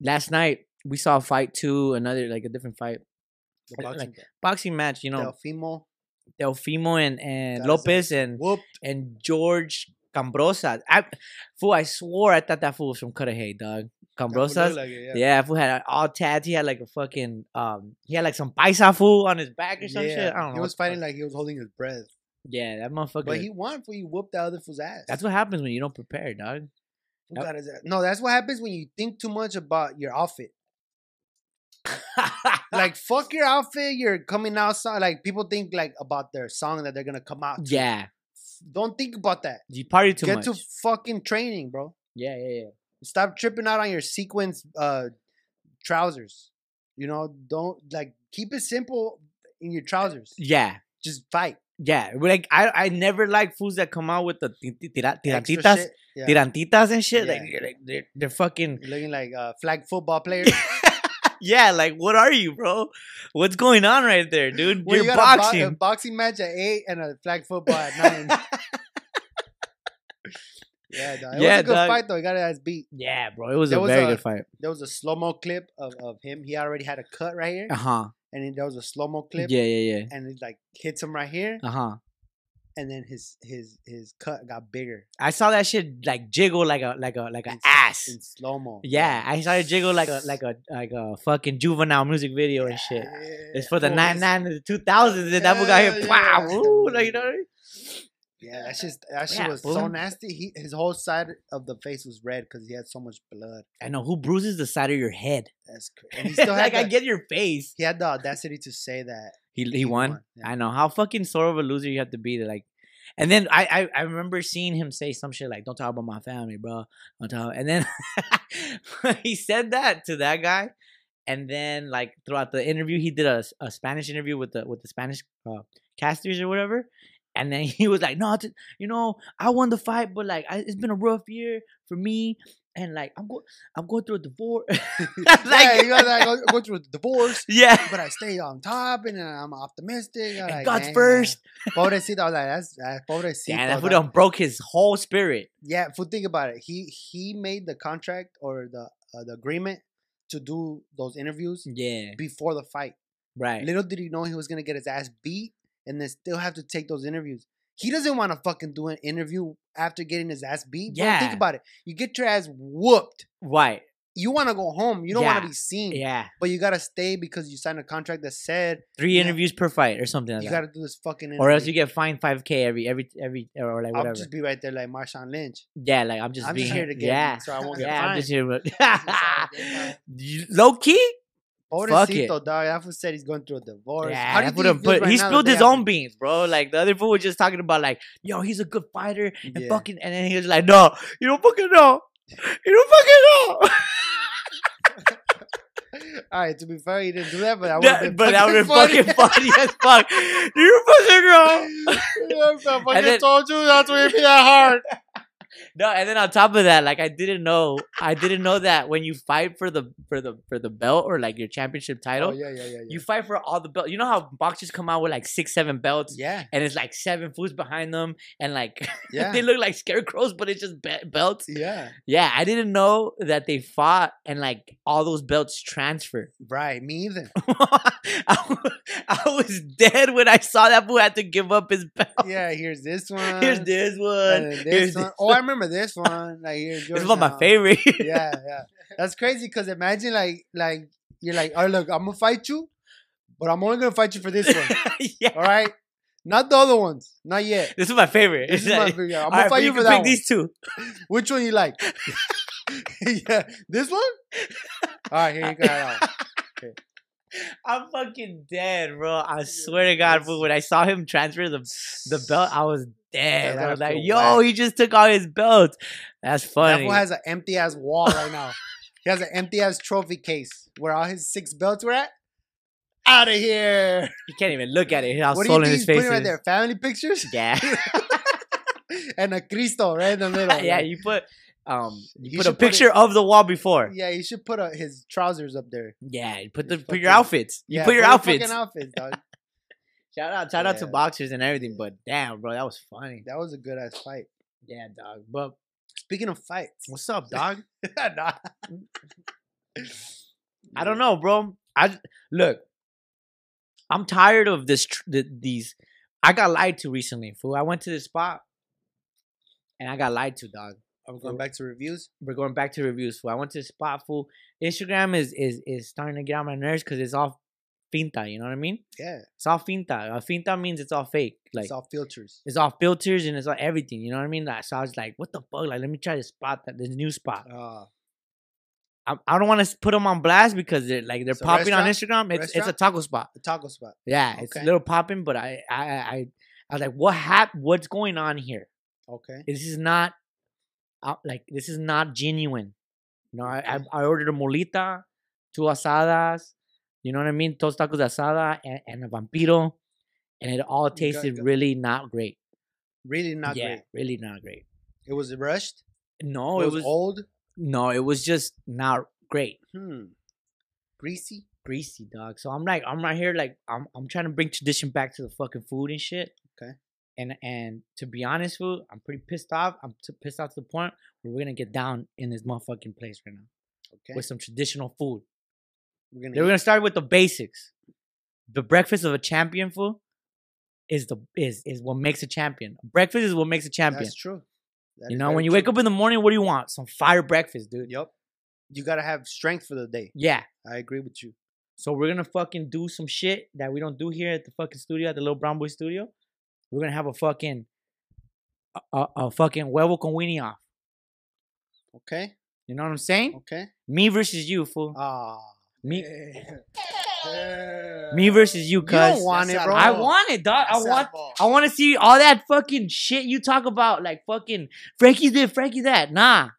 [SPEAKER 2] last night we saw a fight too, another like a different fight,
[SPEAKER 1] The
[SPEAKER 2] Like-
[SPEAKER 1] boxing
[SPEAKER 2] boxing match. You
[SPEAKER 1] guy.
[SPEAKER 2] know,
[SPEAKER 1] Delfimo
[SPEAKER 2] Delfimo and and
[SPEAKER 1] That was a-
[SPEAKER 2] Lopez and
[SPEAKER 1] whooped.
[SPEAKER 2] and George Cambrosas. I fool, I swore I thought that fool was from Cudahy, dog. Cambrosas.
[SPEAKER 1] Like it,
[SPEAKER 2] Yeah, fool had uh, all tats. He had like a fucking um, he had like some paisa fool on his back or some shit. I don't
[SPEAKER 1] He
[SPEAKER 2] know. what
[SPEAKER 1] was
[SPEAKER 2] the fuck.
[SPEAKER 1] fighting like he was holding his breath.
[SPEAKER 2] Yeah, that motherfucker.
[SPEAKER 1] But he won for you whooped the other fool's ass.
[SPEAKER 2] that's what happens when you don't prepare, dog.
[SPEAKER 1] Who got his ass- No, that's what happens when you think too much about your outfit. Like fuck your outfit. You're coming out so- like people think like about their song that they're gonna come out. to.
[SPEAKER 2] yeah,
[SPEAKER 1] Don't think about that.
[SPEAKER 2] you party too
[SPEAKER 1] Get
[SPEAKER 2] much.
[SPEAKER 1] to fucking training, bro.
[SPEAKER 2] yeah, yeah, yeah.
[SPEAKER 1] Stop tripping out on your sequence uh trousers. You know, don't like keep it simple in your trousers.
[SPEAKER 2] Yeah,
[SPEAKER 1] Just fight.
[SPEAKER 2] yeah. We're Like I, I never like fools that come out with the ti- ti- tira-
[SPEAKER 1] Extra
[SPEAKER 2] tirantitas,
[SPEAKER 1] shit. Yeah.
[SPEAKER 2] tirantitas and shit. Like,
[SPEAKER 1] Yeah.
[SPEAKER 2] you're like they're, they're fucking.
[SPEAKER 1] You're looking like a flag football player.
[SPEAKER 2] Yeah, like what are you, bro? What's going on right there, dude?
[SPEAKER 1] Well, you uh,
[SPEAKER 2] you're
[SPEAKER 1] got a bo- A,
[SPEAKER 2] boxing.
[SPEAKER 1] boxing match at eight and a flag football at nine. yeah, dog. it was
[SPEAKER 2] Yeah,
[SPEAKER 1] a good
[SPEAKER 2] dog.
[SPEAKER 1] fight though. He got his ass beat.
[SPEAKER 2] yeah, bro. It was
[SPEAKER 1] There
[SPEAKER 2] a
[SPEAKER 1] was
[SPEAKER 2] very
[SPEAKER 1] a-
[SPEAKER 2] good fight.
[SPEAKER 1] There was a slow mo clip of, of him. He already had a cut right here,
[SPEAKER 2] Uh huh.
[SPEAKER 1] and then there was a slow mo
[SPEAKER 2] Yeah,
[SPEAKER 1] clip.
[SPEAKER 2] yeah, yeah.
[SPEAKER 1] And it like hits him right here,
[SPEAKER 2] Uh huh.
[SPEAKER 1] and then his his his cut got bigger
[SPEAKER 2] I saw that shit like jiggle like a like a like an
[SPEAKER 1] It's-
[SPEAKER 2] ass.
[SPEAKER 1] in slow mo.
[SPEAKER 2] Yeah, I saw it jiggle like a like a like a fucking juvenile music video and shit. It's for the
[SPEAKER 1] Cool.
[SPEAKER 2] nine nine of the two thousands. and that boy got
[SPEAKER 1] Yeah,
[SPEAKER 2] hit, pow,
[SPEAKER 1] yeah.
[SPEAKER 2] woo, like you know. what I mean?
[SPEAKER 1] Yeah, that shit that shit
[SPEAKER 2] Yeah,
[SPEAKER 1] was so
[SPEAKER 2] boom.
[SPEAKER 1] nasty. He his whole side of the face was red because he had so much blood.
[SPEAKER 2] I know who bruises the side of your head.
[SPEAKER 1] That's crazy. And he still had
[SPEAKER 2] like
[SPEAKER 1] the,
[SPEAKER 2] I get your face.
[SPEAKER 1] he had the audacity to say that
[SPEAKER 2] He he won.
[SPEAKER 1] Yeah.
[SPEAKER 2] I know how fucking sore of a loser you have to be to like. And then I, I I remember seeing him say some shit like, "Don't talk about my family, bro." Don't talk. And then he said that to that guy. And then like throughout the interview, he did a, s- a Spanish interview with the with the Spanish uh, casters or whatever. And then he was like, "No, t- you know, I won the fight, but like I, it's been a rough year for me." And like I'm going, I'm going through a divorce. like,
[SPEAKER 1] yeah,
[SPEAKER 2] yeah,
[SPEAKER 1] you gotta like, go, go through the divorce,
[SPEAKER 2] yeah,
[SPEAKER 1] but I stayed on top and I'm optimistic. I'm
[SPEAKER 2] and
[SPEAKER 1] like,
[SPEAKER 2] God's
[SPEAKER 1] "Man,
[SPEAKER 2] first.
[SPEAKER 1] Pobrecito, I was like, that's, that's pobrecito.
[SPEAKER 2] Yeah, that
[SPEAKER 1] dog."
[SPEAKER 2] fool done broke his whole spirit.
[SPEAKER 1] yeah, if you think about it, he he made the contract or the uh, the agreement to do those interviews
[SPEAKER 2] Yeah,
[SPEAKER 1] before the fight.
[SPEAKER 2] right.
[SPEAKER 1] Little did he know he was gonna get his ass beat and then still have to take those interviews. He doesn't want to fucking do an interview after getting his ass beat. Bro, think
[SPEAKER 2] Yeah.
[SPEAKER 1] about it. You get your ass whooped.
[SPEAKER 2] Right.
[SPEAKER 1] You want to go home. You don't want
[SPEAKER 2] Yeah.
[SPEAKER 1] to be seen.
[SPEAKER 2] Yeah.
[SPEAKER 1] But you gotta stay because you signed a contract that said
[SPEAKER 2] Three
[SPEAKER 1] Yeah.
[SPEAKER 2] interviews per fight or something like
[SPEAKER 1] you
[SPEAKER 2] that.
[SPEAKER 1] gotta do this fucking interview.
[SPEAKER 2] Or else you get fined five k every every every or or like
[SPEAKER 1] I'll
[SPEAKER 2] whatever.
[SPEAKER 1] just be right there like Marshawn Lynch.
[SPEAKER 2] yeah, like I'm just
[SPEAKER 1] I'm
[SPEAKER 2] being
[SPEAKER 1] just here to get
[SPEAKER 2] yeah.
[SPEAKER 1] so I won't get
[SPEAKER 2] Yeah, I'm
[SPEAKER 1] fined.
[SPEAKER 2] just here. with-
[SPEAKER 3] how we get fined.
[SPEAKER 2] You- Low key, fuck it.
[SPEAKER 1] Pobrecito, dog. That fool said he's going through a divorce.
[SPEAKER 2] yeah,
[SPEAKER 1] How do you think
[SPEAKER 2] that fool done
[SPEAKER 1] feels
[SPEAKER 2] put,
[SPEAKER 1] right
[SPEAKER 2] he
[SPEAKER 1] now that
[SPEAKER 2] spilled
[SPEAKER 1] they
[SPEAKER 2] his
[SPEAKER 1] have-
[SPEAKER 2] own beans, bro. Like the other fool was just talking about, like, yo, he's a good fighter and
[SPEAKER 1] Yeah.
[SPEAKER 2] fucking, and then he was like, no, you don't fucking know, you don't fucking know.
[SPEAKER 1] All right, to be fair, he didn't do that, but that would
[SPEAKER 2] That-
[SPEAKER 1] have been
[SPEAKER 2] but that would have
[SPEAKER 1] fucking
[SPEAKER 2] been fucking
[SPEAKER 1] funny.
[SPEAKER 2] funny as fuck. You don't fucking know.
[SPEAKER 1] Yes, I fucking
[SPEAKER 2] then-
[SPEAKER 1] told you that's what hit me that hard.
[SPEAKER 2] No, and then on top of that, like I didn't know, I didn't know that when you fight for the for the for the belt or like your championship title,
[SPEAKER 1] Oh, yeah, yeah, yeah, yeah.
[SPEAKER 2] you fight for all the belts. You know how boxers come out with like six, seven belts,
[SPEAKER 1] Yeah,
[SPEAKER 2] and it's like seven fools behind them, and like
[SPEAKER 1] yeah,
[SPEAKER 2] they look like scarecrows, but it's just be- belts.
[SPEAKER 1] yeah.
[SPEAKER 2] Yeah, I didn't know that they fought and like all those belts transfer.
[SPEAKER 1] Right, me either.
[SPEAKER 2] I, wa- I was dead when I saw that fool had to give up his belt.
[SPEAKER 1] Yeah, here's this one.
[SPEAKER 2] Here's this one.
[SPEAKER 1] Uh, and then
[SPEAKER 2] here's
[SPEAKER 1] this one. Oh, I remember this one. Like here's
[SPEAKER 2] This
[SPEAKER 1] yours
[SPEAKER 2] is one of my
[SPEAKER 1] now.
[SPEAKER 2] favorite.
[SPEAKER 1] Yeah, yeah. That's crazy because imagine like like you're like, oh look, I'm gonna fight you, but I'm only gonna fight you for this one.
[SPEAKER 2] yeah.
[SPEAKER 1] All right, not the other ones, not yet.
[SPEAKER 2] This is my favorite.
[SPEAKER 1] This is
[SPEAKER 2] It's
[SPEAKER 1] my
[SPEAKER 2] like-
[SPEAKER 1] video. I'm
[SPEAKER 2] All
[SPEAKER 1] gonna
[SPEAKER 2] right, but
[SPEAKER 1] fight
[SPEAKER 2] you
[SPEAKER 1] you for
[SPEAKER 2] can
[SPEAKER 1] that
[SPEAKER 2] pick
[SPEAKER 1] one.
[SPEAKER 2] these two.
[SPEAKER 1] Which one you like? yeah, this one. All right, here you go. that one.
[SPEAKER 2] I'm fucking dead, bro. I swear to God, fool, when I saw him transfer the the belt, I was dead.
[SPEAKER 1] That's
[SPEAKER 2] I was
[SPEAKER 1] gonna
[SPEAKER 2] like,
[SPEAKER 1] feel
[SPEAKER 2] yo,
[SPEAKER 1] whack.
[SPEAKER 2] he just took all his belts. That's
[SPEAKER 1] That
[SPEAKER 2] funny.
[SPEAKER 1] fool has an empty ass wall right now. He has an empty ass trophy case where all his six belts were at. Out of here!
[SPEAKER 2] you can't even look at it. How
[SPEAKER 1] What do you
[SPEAKER 2] swollen
[SPEAKER 1] think
[SPEAKER 2] his
[SPEAKER 1] he's
[SPEAKER 2] face
[SPEAKER 1] putting
[SPEAKER 2] is.
[SPEAKER 1] right there? Family pictures
[SPEAKER 2] Yeah.
[SPEAKER 1] and a Cristo right in the middle.
[SPEAKER 2] yeah,
[SPEAKER 1] like-
[SPEAKER 2] you put um you,
[SPEAKER 1] You
[SPEAKER 2] put a
[SPEAKER 1] should put it-
[SPEAKER 2] picture of the wall before.
[SPEAKER 1] Yeah, you should put uh his trousers up there.
[SPEAKER 2] Yeah, you put the
[SPEAKER 1] You
[SPEAKER 2] put your
[SPEAKER 1] fucking-
[SPEAKER 2] outfits. You
[SPEAKER 1] yeah,
[SPEAKER 2] put your
[SPEAKER 1] fucking
[SPEAKER 2] outfits.
[SPEAKER 1] outfits, dog.
[SPEAKER 2] Shout out, shout out to
[SPEAKER 1] Yeah.
[SPEAKER 2] boxers and everything, but damn, bro, that was funny.
[SPEAKER 1] That was a good ass fight.
[SPEAKER 2] Yeah, dog. But
[SPEAKER 1] Speaking of fights,
[SPEAKER 2] what's up, dog?
[SPEAKER 1] Nah.
[SPEAKER 2] I don't know, bro. I j- look. I'm tired of this. Tr- th- these. I got lied to recently, fool. I went to this spot, and I got lied to, dog.
[SPEAKER 1] Are we going back to reviews?
[SPEAKER 2] We're going back to reviews, fool. I went to this spot, fool. Instagram is is is starting to get on my nerves because it's all finta. You know what I mean?
[SPEAKER 1] Yeah,
[SPEAKER 2] It's all finta. Uh, finta means it's all fake. Like
[SPEAKER 1] it's all filters.
[SPEAKER 2] it's all filters and it's all everything. You know what I mean? Like, so I was like, what the fuck? Like, let me try this spot, that this new spot.
[SPEAKER 1] Uh,
[SPEAKER 2] I, I don't want to put them on blast because they're like they're
[SPEAKER 1] It's a
[SPEAKER 2] popping on
[SPEAKER 1] restaurant?
[SPEAKER 2] Instagram. It's, it's a
[SPEAKER 1] Restaurant?
[SPEAKER 2] taco spot.
[SPEAKER 1] the taco spot.
[SPEAKER 2] Yeah, it's a
[SPEAKER 1] Okay.
[SPEAKER 2] little popping, but I I I, I- I was like, what hap- What's going on here?
[SPEAKER 1] Okay.
[SPEAKER 2] This is not, uh, like this is not genuine. You know, I, I I ordered a molita, two asadas, you know what I mean, dos tacos de asada and, and a vampiro, and it all tasted
[SPEAKER 1] got-
[SPEAKER 2] really not great.
[SPEAKER 1] Really not
[SPEAKER 2] yeah, Oh,
[SPEAKER 1] great.
[SPEAKER 2] really not great.
[SPEAKER 1] It was rushed.
[SPEAKER 2] No,
[SPEAKER 1] it was, old.
[SPEAKER 2] no, it was just not great.
[SPEAKER 1] Hmm. Greasy.
[SPEAKER 2] greasy dog. So I'm like, I'm right here, like I'm I'm trying to bring tradition back to the fucking food and shit.
[SPEAKER 1] Okay.
[SPEAKER 2] And and to be honest, food, I'm pretty pissed off. I'm t- pissed off to the point where we're gonna get down in this motherfucking place right now
[SPEAKER 1] Okay.
[SPEAKER 2] with some traditional food.
[SPEAKER 1] We're gonna.
[SPEAKER 2] They were
[SPEAKER 1] eat-
[SPEAKER 2] gonna start with the basics. The breakfast of a champion food is the is is what makes a champion. Breakfast is what makes a champion.
[SPEAKER 1] That's true. That
[SPEAKER 2] you
[SPEAKER 1] is
[SPEAKER 2] know,
[SPEAKER 1] very
[SPEAKER 2] when you
[SPEAKER 1] true.
[SPEAKER 2] wake up in the morning, what do you want? Some fire breakfast, dude.
[SPEAKER 1] Yep. You gotta have strength for the day.
[SPEAKER 2] Yeah.
[SPEAKER 1] I agree with you.
[SPEAKER 2] So we're gonna fucking do some shit that we don't do here at the fucking studio at the little brown boy studio. We're gonna have a fucking a, a, a fucking huevo con weenie off.
[SPEAKER 1] Okay.
[SPEAKER 2] You know what I'm saying?
[SPEAKER 1] Okay.
[SPEAKER 2] Me versus you, fool.
[SPEAKER 1] Ah.
[SPEAKER 2] Me
[SPEAKER 3] Me
[SPEAKER 2] me versus you,
[SPEAKER 1] You don't
[SPEAKER 2] cuz.
[SPEAKER 1] want it,
[SPEAKER 3] That's
[SPEAKER 1] bro.
[SPEAKER 2] I want it, dog. I want I want to see all that fucking shit you talk about, like fucking Frankie's this, Frankie that. Nah,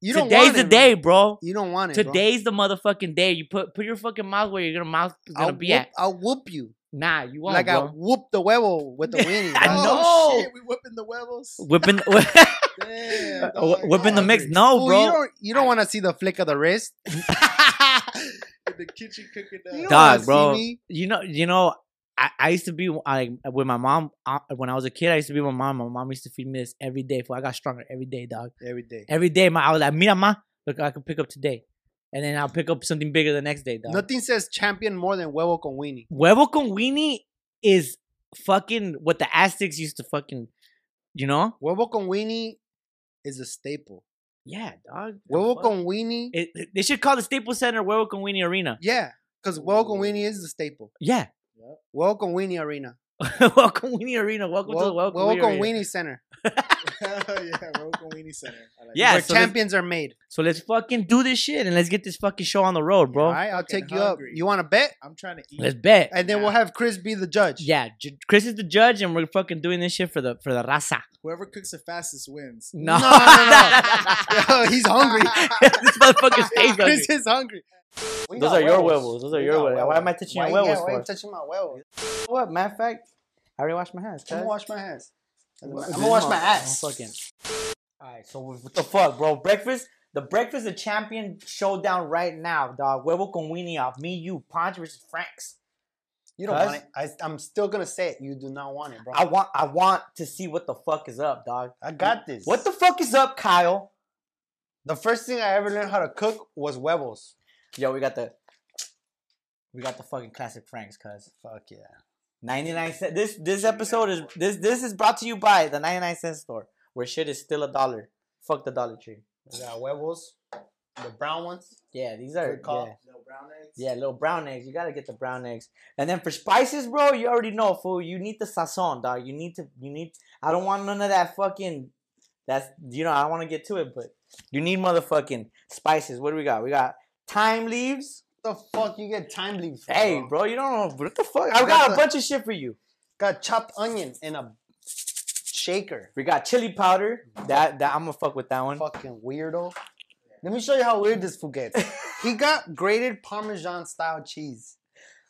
[SPEAKER 1] You don't want
[SPEAKER 2] today's the
[SPEAKER 1] it, bro.
[SPEAKER 2] day, bro.
[SPEAKER 1] You don't want it. bro.
[SPEAKER 2] Today's the motherfucking day. You put put your fucking mouth where your mouth is gonna
[SPEAKER 1] I'll
[SPEAKER 2] be
[SPEAKER 1] whoop,
[SPEAKER 2] at.
[SPEAKER 1] I'll whoop you.
[SPEAKER 2] Nah, you won't.
[SPEAKER 1] like I
[SPEAKER 2] bro.
[SPEAKER 1] whoop the huevo with the winning.
[SPEAKER 2] I
[SPEAKER 1] dog.
[SPEAKER 2] know.
[SPEAKER 3] Oh,
[SPEAKER 2] No.
[SPEAKER 3] shit, we whipping the huevos.
[SPEAKER 2] Whipping.
[SPEAKER 3] Damn,
[SPEAKER 2] Uh,
[SPEAKER 1] Oh
[SPEAKER 2] wh-
[SPEAKER 3] dog,
[SPEAKER 2] whipping the
[SPEAKER 3] I'm
[SPEAKER 2] mix.
[SPEAKER 3] hungry.
[SPEAKER 2] No,
[SPEAKER 1] Fool,
[SPEAKER 2] bro.
[SPEAKER 1] you don't, you don't want to see the flick of the wrist.
[SPEAKER 3] In the kitchen cooking up.
[SPEAKER 1] You don't
[SPEAKER 2] Dog,
[SPEAKER 1] wanna see
[SPEAKER 2] bro.
[SPEAKER 1] me.
[SPEAKER 2] you know, you know. I, I used to be like with my mom uh, when I was a kid. I used to be with my mom. My mom used to feed me this every day. For I got stronger every day, dog.
[SPEAKER 1] Every day.
[SPEAKER 2] Every day, my I was like, "Mira, ma, look, I could pick up today," and then I'll pick up something bigger the next day, dog.
[SPEAKER 1] Nothing says champion more than huevo con weenie.
[SPEAKER 2] Huevo con weenie is fucking what the Aztecs used to fucking, you know?
[SPEAKER 1] Huevo con weenie is a staple.
[SPEAKER 2] Yeah, dog. the
[SPEAKER 1] Huevo
[SPEAKER 2] fuck?
[SPEAKER 1] con weenie.
[SPEAKER 2] It, it- they should call the Staples Center Huevo con weenie Arena.
[SPEAKER 1] yeah, because huevo con weenie is the staple.
[SPEAKER 2] Yeah,
[SPEAKER 1] Huevo con weenie arena.
[SPEAKER 2] Huevo con weenie Arena. Welcome to the
[SPEAKER 1] Huevo
[SPEAKER 2] Huevo
[SPEAKER 1] huevo
[SPEAKER 2] con
[SPEAKER 1] con
[SPEAKER 2] weenie. Arena.
[SPEAKER 1] weenie center.
[SPEAKER 3] Oh, yeah, Roco Weenie Center. I like
[SPEAKER 2] Yeah,
[SPEAKER 1] where
[SPEAKER 2] so this-
[SPEAKER 1] champions are made.
[SPEAKER 2] So let's fucking do this shit and let's get this fucking show on the road, bro.
[SPEAKER 1] All right, I'll
[SPEAKER 3] fucking
[SPEAKER 1] take you up.
[SPEAKER 3] hungry.
[SPEAKER 1] You want to bet?
[SPEAKER 3] it. I'm trying to eat.
[SPEAKER 2] Let's bet.
[SPEAKER 1] And then
[SPEAKER 3] Yeah.
[SPEAKER 1] we'll have Chris be the judge.
[SPEAKER 2] Yeah, J- Chris is the judge, and we're fucking doing this shit for the for the raza.
[SPEAKER 3] Whoever cooks the fastest wins.
[SPEAKER 2] No,
[SPEAKER 1] No, no, Yo, he's hungry.
[SPEAKER 2] this motherfucker stays hungry.
[SPEAKER 1] Chris is hungry. We
[SPEAKER 2] Those
[SPEAKER 1] got
[SPEAKER 2] are your
[SPEAKER 1] huevos.
[SPEAKER 2] huevos. Those are
[SPEAKER 1] We
[SPEAKER 2] your
[SPEAKER 1] got
[SPEAKER 2] huevos. Why am I touching
[SPEAKER 1] Why,
[SPEAKER 2] your
[SPEAKER 1] yeah,
[SPEAKER 2] huevos
[SPEAKER 1] why
[SPEAKER 2] for?
[SPEAKER 1] are you touching my huevos?
[SPEAKER 2] what? Matter of fact, I already washed my hands.
[SPEAKER 1] I'm gonna
[SPEAKER 2] cuz.
[SPEAKER 1] wash my hands. I'm
[SPEAKER 2] This
[SPEAKER 1] gonna wash my
[SPEAKER 2] motherfucker,
[SPEAKER 1] ass.
[SPEAKER 2] I'm Oh, fucking- All right, so what the fuck, bro? Breakfast, the breakfast, the champion showdown right now, dog. Huevo con weenie off. Me, you, Ponch versus Franks.
[SPEAKER 1] You don't want
[SPEAKER 2] Cuz-
[SPEAKER 1] it. I, I'm still gonna say it. You do not want it, bro.
[SPEAKER 2] I want, I want to see what the fuck is up, dog.
[SPEAKER 1] I got this.
[SPEAKER 2] What the fuck is up, Kyle?
[SPEAKER 1] The first thing I ever learned how to cook was huevos.
[SPEAKER 2] Yo, we got the, we got the fucking classic Franks, cuz.
[SPEAKER 1] Fuck yeah.
[SPEAKER 2] 99 cent. This this episode is this this is brought to you by the 99 cent store, where shit is still a dollar. Fuck the Dollar Tree.
[SPEAKER 1] We got huevos, the brown ones.
[SPEAKER 2] Yeah, these are
[SPEAKER 1] Good call.
[SPEAKER 2] yeah.
[SPEAKER 3] No brown eggs.
[SPEAKER 2] Yeah, little brown eggs. You gotta get the brown eggs. And then for spices, bro, you already know, fool. You need the sazon, dog. You need to. You need. I don't want none of that fucking. That's you know. I don't want to get to it, but you need motherfucking spices. What do we got? We got thyme leaves.
[SPEAKER 1] What the fuck you get time leaves? for,
[SPEAKER 2] Hey, bro, you don't know what the fuck. I
[SPEAKER 1] That's
[SPEAKER 2] got a
[SPEAKER 1] a-
[SPEAKER 2] bunch of shit for you.
[SPEAKER 1] Got chopped onion in a shaker.
[SPEAKER 2] We got chili powder. That that I'm gonna fuck with that one.
[SPEAKER 1] Fucking weirdo. Let me show you how weird this fool gets. he got grated Parmesan style cheese,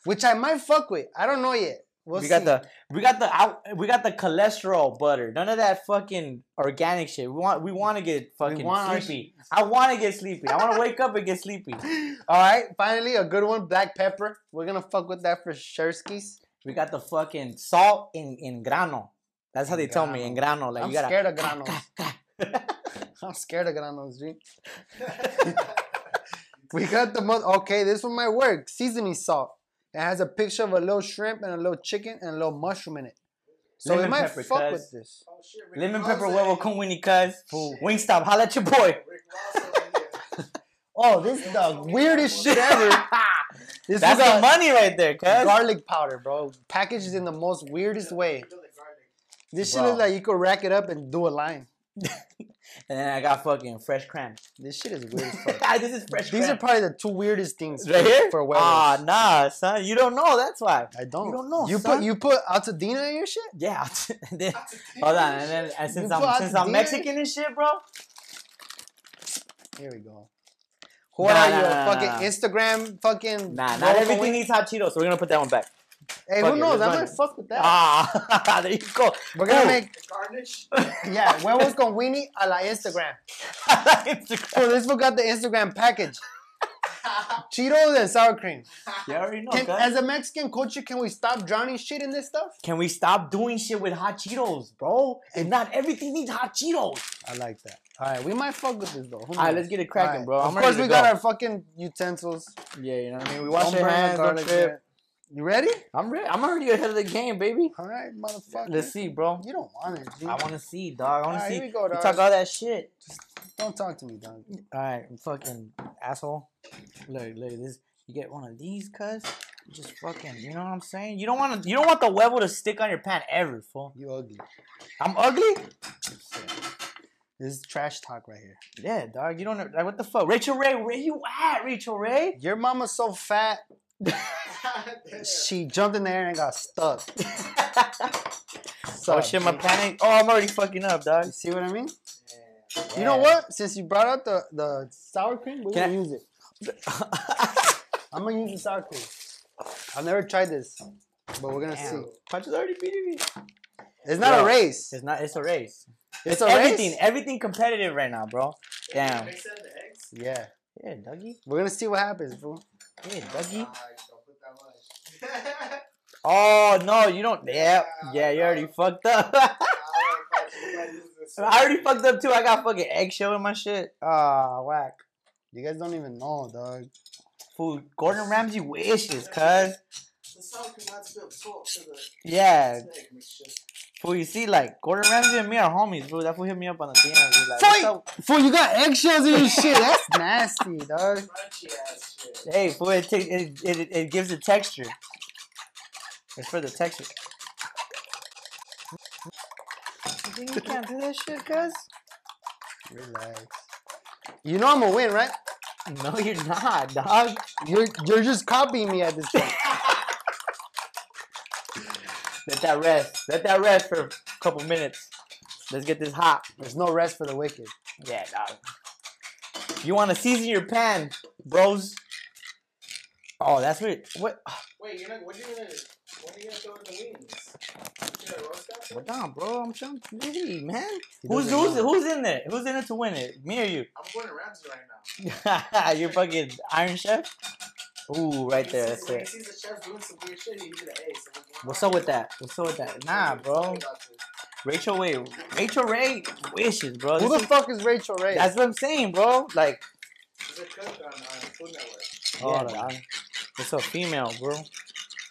[SPEAKER 1] which I might fuck with. I don't know yet. We'll
[SPEAKER 2] we
[SPEAKER 1] see.
[SPEAKER 2] got the we got the out we got the cholesterol butter. None of that fucking organic shit. We want we want to get fucking
[SPEAKER 1] want our
[SPEAKER 2] sleepy. I want to get sleepy. I want to wake up and get sleepy.
[SPEAKER 1] All right, finally a good one, black pepper. We're gonna fuck with that for Sherskis.
[SPEAKER 2] We got the fucking salt in in grano. That's how they tell me in grano. Like
[SPEAKER 1] I'm
[SPEAKER 2] you gotta.
[SPEAKER 1] scared of granos. I'm scared of granos, G. we got the most. Okay, this one might work. Seasoning salt. It has a picture of a little shrimp and a little chicken and a little mushroom in it. So
[SPEAKER 2] Lemon
[SPEAKER 1] it might
[SPEAKER 2] pepper,
[SPEAKER 1] fuck
[SPEAKER 2] cuz.
[SPEAKER 1] with this.
[SPEAKER 3] Oh shit. Rick
[SPEAKER 2] Lemon
[SPEAKER 3] Ross
[SPEAKER 2] pepper
[SPEAKER 3] in
[SPEAKER 2] huevo
[SPEAKER 3] it.
[SPEAKER 2] con winnie cuz.
[SPEAKER 1] Fool.
[SPEAKER 2] Wingstop, holla at your boy.
[SPEAKER 3] Rick Ross over here.
[SPEAKER 1] Oh, this is the weirdest shit ever. This
[SPEAKER 2] That's
[SPEAKER 1] is
[SPEAKER 2] the
[SPEAKER 1] a
[SPEAKER 2] money right there, cuz.
[SPEAKER 1] garlic powder, bro. Packaged in the most weirdest way.
[SPEAKER 3] Feel the garlic.
[SPEAKER 1] This shit
[SPEAKER 2] Bro.
[SPEAKER 1] looks like you could rack it up and do a line.
[SPEAKER 2] And then I got fucking fresh crab.
[SPEAKER 1] This shit is weird as fuck.
[SPEAKER 2] this is fresh.
[SPEAKER 1] These are
[SPEAKER 2] crab.
[SPEAKER 1] probably the two weirdest things
[SPEAKER 2] right here.
[SPEAKER 1] for huevos.
[SPEAKER 2] Ah, nah, son. You don't know. That's why.
[SPEAKER 1] I don't.
[SPEAKER 2] You don't know,
[SPEAKER 1] You
[SPEAKER 2] son.
[SPEAKER 1] put you put Altadena in your shit.
[SPEAKER 2] Yeah. and then- Hold on, and then and since
[SPEAKER 1] You put
[SPEAKER 2] I'm
[SPEAKER 1] out
[SPEAKER 2] since
[SPEAKER 1] the
[SPEAKER 2] I'm
[SPEAKER 1] deer?
[SPEAKER 2] Mexican and shit, bro.
[SPEAKER 1] Here we go. Who
[SPEAKER 2] Nah,
[SPEAKER 1] are
[SPEAKER 2] nah,
[SPEAKER 1] you? a
[SPEAKER 2] nah, nah,
[SPEAKER 1] fucking
[SPEAKER 2] nah.
[SPEAKER 1] Instagram fucking.
[SPEAKER 2] Nah,
[SPEAKER 1] Roll
[SPEAKER 2] not
[SPEAKER 1] away?
[SPEAKER 2] everything needs hot Cheetos, so we're gonna put that one back.
[SPEAKER 1] Hey,
[SPEAKER 2] fuck
[SPEAKER 1] who
[SPEAKER 2] it,
[SPEAKER 1] knows?
[SPEAKER 2] let's
[SPEAKER 1] I
[SPEAKER 2] run
[SPEAKER 1] might
[SPEAKER 2] it.
[SPEAKER 1] fuck with that.
[SPEAKER 2] Ah, there you go.
[SPEAKER 1] We're gonna
[SPEAKER 2] Boom.
[SPEAKER 1] make
[SPEAKER 3] Garnish.
[SPEAKER 1] yeah. Huevos con Winnie a la Instagram.
[SPEAKER 2] Instagram.
[SPEAKER 1] So this one got the Instagram package. Cheetos and sour cream.
[SPEAKER 2] You already know.
[SPEAKER 1] Can,
[SPEAKER 2] cuz.
[SPEAKER 1] As a Mexican culture, can we stop drowning shit in this stuff?
[SPEAKER 2] Can we stop doing shit with hot Cheetos, bro? And not everything needs hot Cheetos.
[SPEAKER 1] I like that. All right, we might fuck with this though. Who
[SPEAKER 2] All right,
[SPEAKER 1] knows?
[SPEAKER 2] let's get it
[SPEAKER 1] Alright,
[SPEAKER 2] cracking, bro.
[SPEAKER 1] Of
[SPEAKER 2] I'm ready
[SPEAKER 1] course,
[SPEAKER 2] to
[SPEAKER 1] we got
[SPEAKER 2] go.
[SPEAKER 1] our fucking utensils.
[SPEAKER 2] Yeah, you know what I mean. We
[SPEAKER 1] Don't
[SPEAKER 2] wash our
[SPEAKER 1] burn the
[SPEAKER 2] hands, don't
[SPEAKER 1] garlic
[SPEAKER 2] trip.
[SPEAKER 1] yet. You ready?
[SPEAKER 2] I'm ready. I'm already ahead of the game, baby.
[SPEAKER 1] All right, motherfucker.
[SPEAKER 2] Let's see, bro.
[SPEAKER 1] You don't want it, G.
[SPEAKER 2] I want to see, dog. I want
[SPEAKER 1] Alright,
[SPEAKER 2] to see.
[SPEAKER 1] here we go,
[SPEAKER 2] you
[SPEAKER 1] dog.
[SPEAKER 2] talk Mm. all that shit.
[SPEAKER 1] Don't talk to me, dog.
[SPEAKER 2] All right, fucking asshole. Look, look at this. You get one of these, cuz. You Just fucking, you know what I'm saying? You don't want to, you don't want the huevo to stick on your pan ever, fool.
[SPEAKER 1] You ugly.
[SPEAKER 2] I'm ugly.
[SPEAKER 1] This is trash talk right here.
[SPEAKER 2] Yeah, dog. You don't like what the fuck, Rachel Ray. Where you at, Rachel Ray?
[SPEAKER 1] Your mama's so fat, she jumped in the air and got stuck.
[SPEAKER 2] So oh, shit, my panic. Oh, I'm already fucking up, dog.
[SPEAKER 1] You see what I mean? You know what? Since you brought up the, the sour cream, we're
[SPEAKER 2] Can
[SPEAKER 1] gonna
[SPEAKER 2] I-
[SPEAKER 1] use it. I'm gonna use the sour cream. I've never tried this, but we're gonna
[SPEAKER 2] Damn.
[SPEAKER 1] see.
[SPEAKER 2] Punch is already beating me.
[SPEAKER 1] It's not
[SPEAKER 2] Yo,
[SPEAKER 1] a race.
[SPEAKER 2] It's not. It's a race.
[SPEAKER 1] It's a
[SPEAKER 2] everything,
[SPEAKER 1] race.
[SPEAKER 2] everything competitive right now, bro. Damn.
[SPEAKER 3] They said the eggs.
[SPEAKER 1] Yeah,
[SPEAKER 2] Yeah, Dougie.
[SPEAKER 1] we're gonna see what happens, fool.
[SPEAKER 2] Yeah, Dougie.
[SPEAKER 3] Nah, don't put that much.
[SPEAKER 2] Oh no, you don't. Yeah, yeah, you already fucked up. I already fucked up too. I got fucking eggshell in my shit. Ah, whack.
[SPEAKER 1] You guys don't even know, dog.
[SPEAKER 2] Food. Gordon Ramsay wishes, cuz.
[SPEAKER 3] The salt cannot spill salt to the
[SPEAKER 2] Yeah.
[SPEAKER 3] snake mixture.
[SPEAKER 2] Fool, you see, like Gordon Ramsay and me are homies, fool. That fool hit me up on the DM. He's like,
[SPEAKER 1] Fight!
[SPEAKER 2] "What's up?"
[SPEAKER 1] Fool, you got eggshells in your shit. That's nasty, dog.
[SPEAKER 3] Crunchy ass shit.
[SPEAKER 2] Hey, fool, it, ta- it, it, it, it gives it texture. It's for the texture. You think you can't do that shit, cuz?
[SPEAKER 1] Relax. You know I'm gonna win, right?
[SPEAKER 2] No, you're not, dog.
[SPEAKER 1] You're you're just copying me at this point.
[SPEAKER 2] Let that rest. Let that rest for a couple minutes. Let's get this hot.
[SPEAKER 1] There's no rest for the wicked.
[SPEAKER 2] Yeah, dog. You want to season your pan, bros? Oh, that's weird. What? oh,
[SPEAKER 3] Wait, you're not. What are you gonna? When are you gonna throw in the wings? You gonna roast that shit?
[SPEAKER 2] Well, down, bro. I'm trying to hey, man.
[SPEAKER 1] He
[SPEAKER 2] Who's
[SPEAKER 1] doesn't
[SPEAKER 2] who's
[SPEAKER 1] know.
[SPEAKER 2] who's in there? Who's in it to win it? Me or you?
[SPEAKER 3] I'm going to Ramsey right now.
[SPEAKER 2] You're fucking Iron Chef. Ooh, right
[SPEAKER 3] He
[SPEAKER 2] there.
[SPEAKER 3] sees-
[SPEAKER 2] That's
[SPEAKER 3] when
[SPEAKER 2] it.
[SPEAKER 3] He sees the chef doing some weird shit. He gives it an A. So I'm like,
[SPEAKER 2] What's up with that? What's up with that? Nah, bro. Rachel Way. Rachel Ray wishes, bro.
[SPEAKER 1] Who
[SPEAKER 2] This
[SPEAKER 1] the
[SPEAKER 2] is-
[SPEAKER 1] fuck is Rachel Ray?
[SPEAKER 2] That's what I'm saying, bro. Like,
[SPEAKER 3] He's a cook on uh, Food Network.
[SPEAKER 2] oh,
[SPEAKER 1] Yeah,
[SPEAKER 2] dog. It's a female, bro.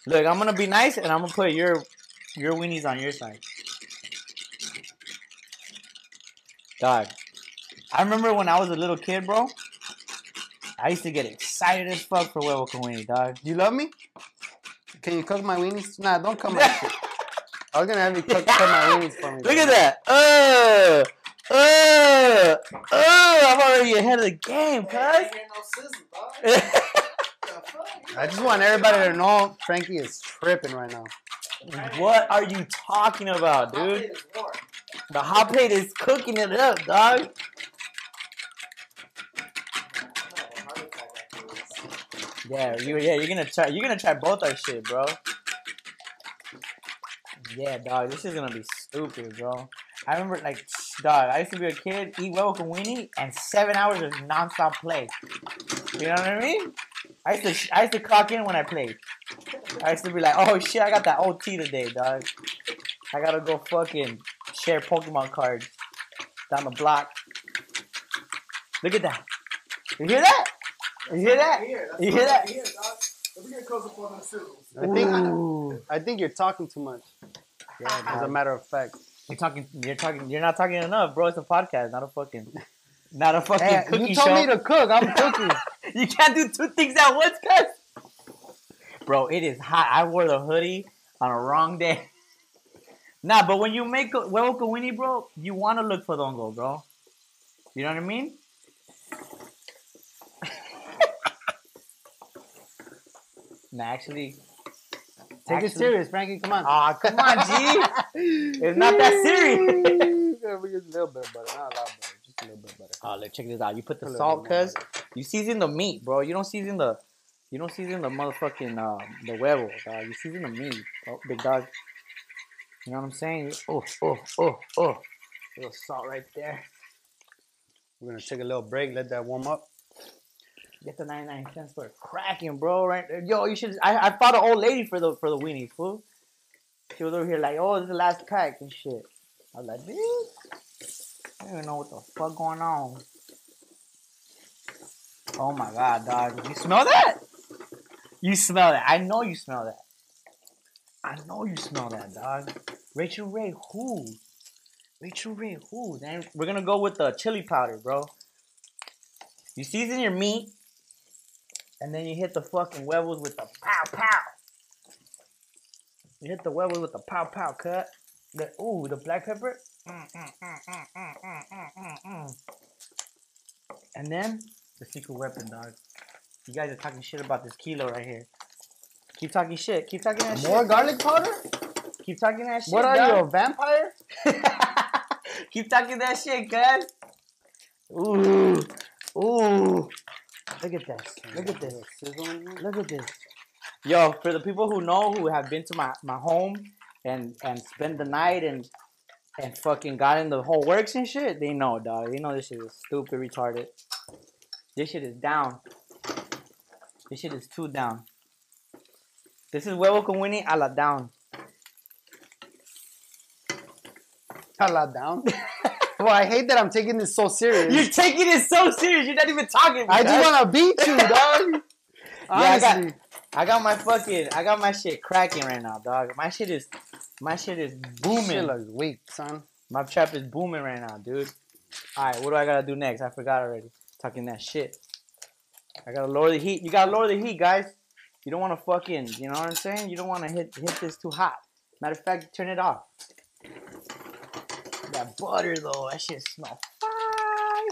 [SPEAKER 2] Look, I'm gonna be nice and I'm gonna put your your weenies on your side. Dog. I remember when I was a little kid, bro. I used to get excited as fuck for huevo con weenie, dog.
[SPEAKER 1] you love me? Can you cook my weenies? Nah, don't come my shit. I was gonna have you cook, cook my weenies for me.
[SPEAKER 2] Look at that. Uh, uh, uh, I'm already ahead of the game,
[SPEAKER 3] Hey,
[SPEAKER 2] cuz.
[SPEAKER 3] ain't no sizzle, dog. The fuck?
[SPEAKER 1] I just want everybody to know Frankie is tripping right now.
[SPEAKER 2] what are you talking about,
[SPEAKER 3] My
[SPEAKER 2] dude?
[SPEAKER 3] plate is warm.
[SPEAKER 2] The hot plate is cooking it up, dog.
[SPEAKER 3] I'm gonna have a heart attack after this.
[SPEAKER 2] Yeah, you yeah, you're gonna try you're gonna try both our shit, bro. Yeah, dog, this is gonna be stupid, bro. I remember like dog, I used to be a kid, eat well with a weenie, and seven hours of nonstop play. You know what I mean? I used to I used to clock in when I played. I used to be like, oh shit, I got that OT today, dog. I gotta go fucking share Pokemon cards down the block. Look at that. You hear that? You hear
[SPEAKER 3] That's
[SPEAKER 2] that?
[SPEAKER 3] right here. That's
[SPEAKER 2] You hear
[SPEAKER 3] right
[SPEAKER 2] that?
[SPEAKER 3] here, dog. Let me get close up on the sizzle.
[SPEAKER 1] I think
[SPEAKER 2] Ooh.
[SPEAKER 1] I think you're talking too much.
[SPEAKER 2] Yeah,
[SPEAKER 1] As a
[SPEAKER 2] dog.
[SPEAKER 1] matter of fact,
[SPEAKER 2] you're talking. You're talking. You're not talking enough, bro. It's a podcast, not a fucking, not a fucking
[SPEAKER 1] Hey,
[SPEAKER 2] cookie
[SPEAKER 1] Eh, you told
[SPEAKER 2] show.
[SPEAKER 1] me to cook. I'm cooking.
[SPEAKER 2] You can't do two things at once, cuz. Bro, it is hot. I wore the hoodie on a wrong day. Nah, but when you make a Huevo Winnie, bro, you want to look for Dongo, bro. You know what I mean? nah, actually.
[SPEAKER 1] Take
[SPEAKER 2] actually-
[SPEAKER 1] it serious, Frankie. Come on.
[SPEAKER 2] Aw, come on, G. It's not that serious.
[SPEAKER 1] Yeah, we just a little bit butter, not a lot of butter, just a little bit butter.
[SPEAKER 2] Oh, look, check this out. You put
[SPEAKER 1] A
[SPEAKER 2] the
[SPEAKER 1] little
[SPEAKER 2] salt,
[SPEAKER 1] bit more
[SPEAKER 2] cuz you season the meat, bro. You don't season the, you don't season the motherfucking uh, the huevo, dog. You season the meat, oh, big dog. You know what I'm saying? Oh, oh, oh, oh. Little salt right there.
[SPEAKER 1] We're gonna take a little break. Let that warm up.
[SPEAKER 2] Get the 99 cents for cracking, bro. Right there. Yo, you should. I, I fought an old lady for the for the weenie, fool. She was over here like, oh, this is the last pack and shit. I was like, bitch, I don't even know what the fuck going on. Oh my god, dog. You smell that? You smell that. I know you smell that. I know you smell that, dog. Rachel Ray, who? Rachel Ray, who? Then we're gonna go with the chili powder, bro. You season your meat, and then you hit the fucking huevos with the pow pow. You hit the huevos with the pow pow cut. The, ooh, the black pepper. Mm, mm, mm, mm, mm, mm, mm, mm, mm. And then the secret weapon, dog. You guys are talking shit about this kilo right here. Keep talking shit. Keep talking that
[SPEAKER 1] More
[SPEAKER 2] shit.
[SPEAKER 1] garlic powder?
[SPEAKER 2] Keep talking that shit.
[SPEAKER 1] What are you, a
[SPEAKER 2] dog.
[SPEAKER 1] vampire?
[SPEAKER 2] Keep talking that shit, cuz. Ooh. Ooh. Look at this. Look at this. Look at this. Yo, for the people who know who have been to my, my home and and spent the night and and fucking got in the whole works and shit, they know, dog. They know this shit is stupid retarded. This shit is down. This shit is too down. This is huevo con Winnie a la down.
[SPEAKER 1] Not loud down. well, I hate that I'm taking this so serious.
[SPEAKER 2] You're taking it so serious. You're not even talking.
[SPEAKER 1] I just
[SPEAKER 2] dog.
[SPEAKER 1] wanna beat you, dog.
[SPEAKER 2] I got-
[SPEAKER 1] Honestly.
[SPEAKER 2] I got my fucking, I got my shit cracking right now, dog. My shit is, my shit is
[SPEAKER 1] Shit
[SPEAKER 2] booming.
[SPEAKER 1] looks weak, son.
[SPEAKER 2] My trap is booming right now, dude. All right, what do I gotta do next? I forgot already. Talking that shit. I gotta lower the heat. You gotta lower the heat, guys. You don't want to fucking, you know what I'm saying? You don't want to hit hit this too hot. Matter of fact, turn it off. That butter though, that shit smells fine.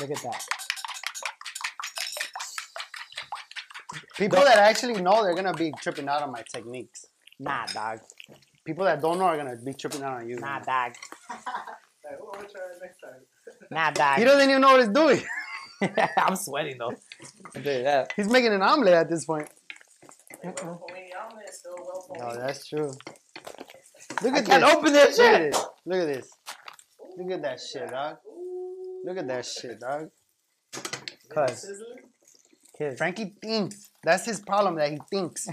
[SPEAKER 2] Look at that.
[SPEAKER 1] People that actually know, they're gonna be tripping out on my techniques.
[SPEAKER 2] Nah, dog.
[SPEAKER 1] People that don't know are gonna be tripping out on you.
[SPEAKER 2] Nah, dog.
[SPEAKER 3] Like, oh, we'll try it next time.
[SPEAKER 2] Nah, dog.
[SPEAKER 1] He doesn't even know what he's doing.
[SPEAKER 2] I'm sweating though. Dude, that-
[SPEAKER 1] He's making an omelet at this point.
[SPEAKER 3] Uh-uh.
[SPEAKER 1] No, that's true. Look at
[SPEAKER 2] can't
[SPEAKER 1] this.
[SPEAKER 2] open that
[SPEAKER 1] Look at
[SPEAKER 2] shit.
[SPEAKER 1] this. Look at this. Look at that shit, dog. Look at that shit, dog. Cuz Frankie thinks. That's his problem that he thinks.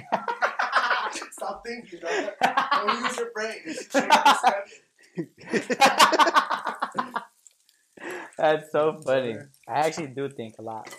[SPEAKER 3] Stop thinking, dog. Don't use your brain. It's a trick of deception.
[SPEAKER 2] That's so funny. I actually do think a lot.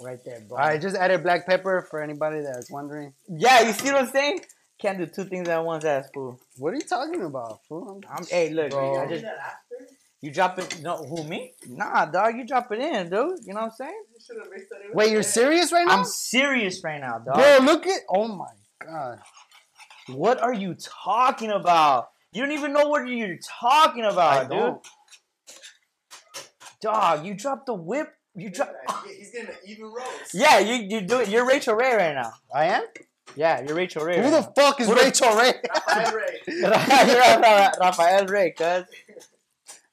[SPEAKER 4] Right there, bro.
[SPEAKER 1] All right, just added black pepper for anybody that's wondering.
[SPEAKER 2] Yeah, you see what I'm saying? Can't do two things at once, ass fool.
[SPEAKER 1] What are you talking about, fool?
[SPEAKER 2] I'm, hey, look,
[SPEAKER 4] Bro.
[SPEAKER 2] I
[SPEAKER 3] Do
[SPEAKER 2] just
[SPEAKER 3] that after?
[SPEAKER 2] you drop it. No, who me? Nah, dog, you drop it in, dude. You know what I'm saying?
[SPEAKER 3] You should have mixed that in with
[SPEAKER 1] Wait, you're
[SPEAKER 3] that.
[SPEAKER 1] serious right now?
[SPEAKER 2] I'm serious right now, dog.
[SPEAKER 1] Bro, look at. Oh my god.
[SPEAKER 2] What are you talking about? You don't even know what you're talking about,
[SPEAKER 1] I don't.
[SPEAKER 2] dude. Dog, you dropped the whip. You
[SPEAKER 3] Look
[SPEAKER 2] drop.
[SPEAKER 3] at that. He's getting an even roast.
[SPEAKER 2] Yeah, you you do it. You're Rachel Ray right now.
[SPEAKER 1] I am?
[SPEAKER 2] Yeah, you're Rachel Ray.
[SPEAKER 1] Who
[SPEAKER 2] right
[SPEAKER 1] the fuck is
[SPEAKER 2] Who the-
[SPEAKER 1] Rachel Ray?
[SPEAKER 3] High rate.
[SPEAKER 2] now. You're Ra- Ra- Rafael Ray, cuz.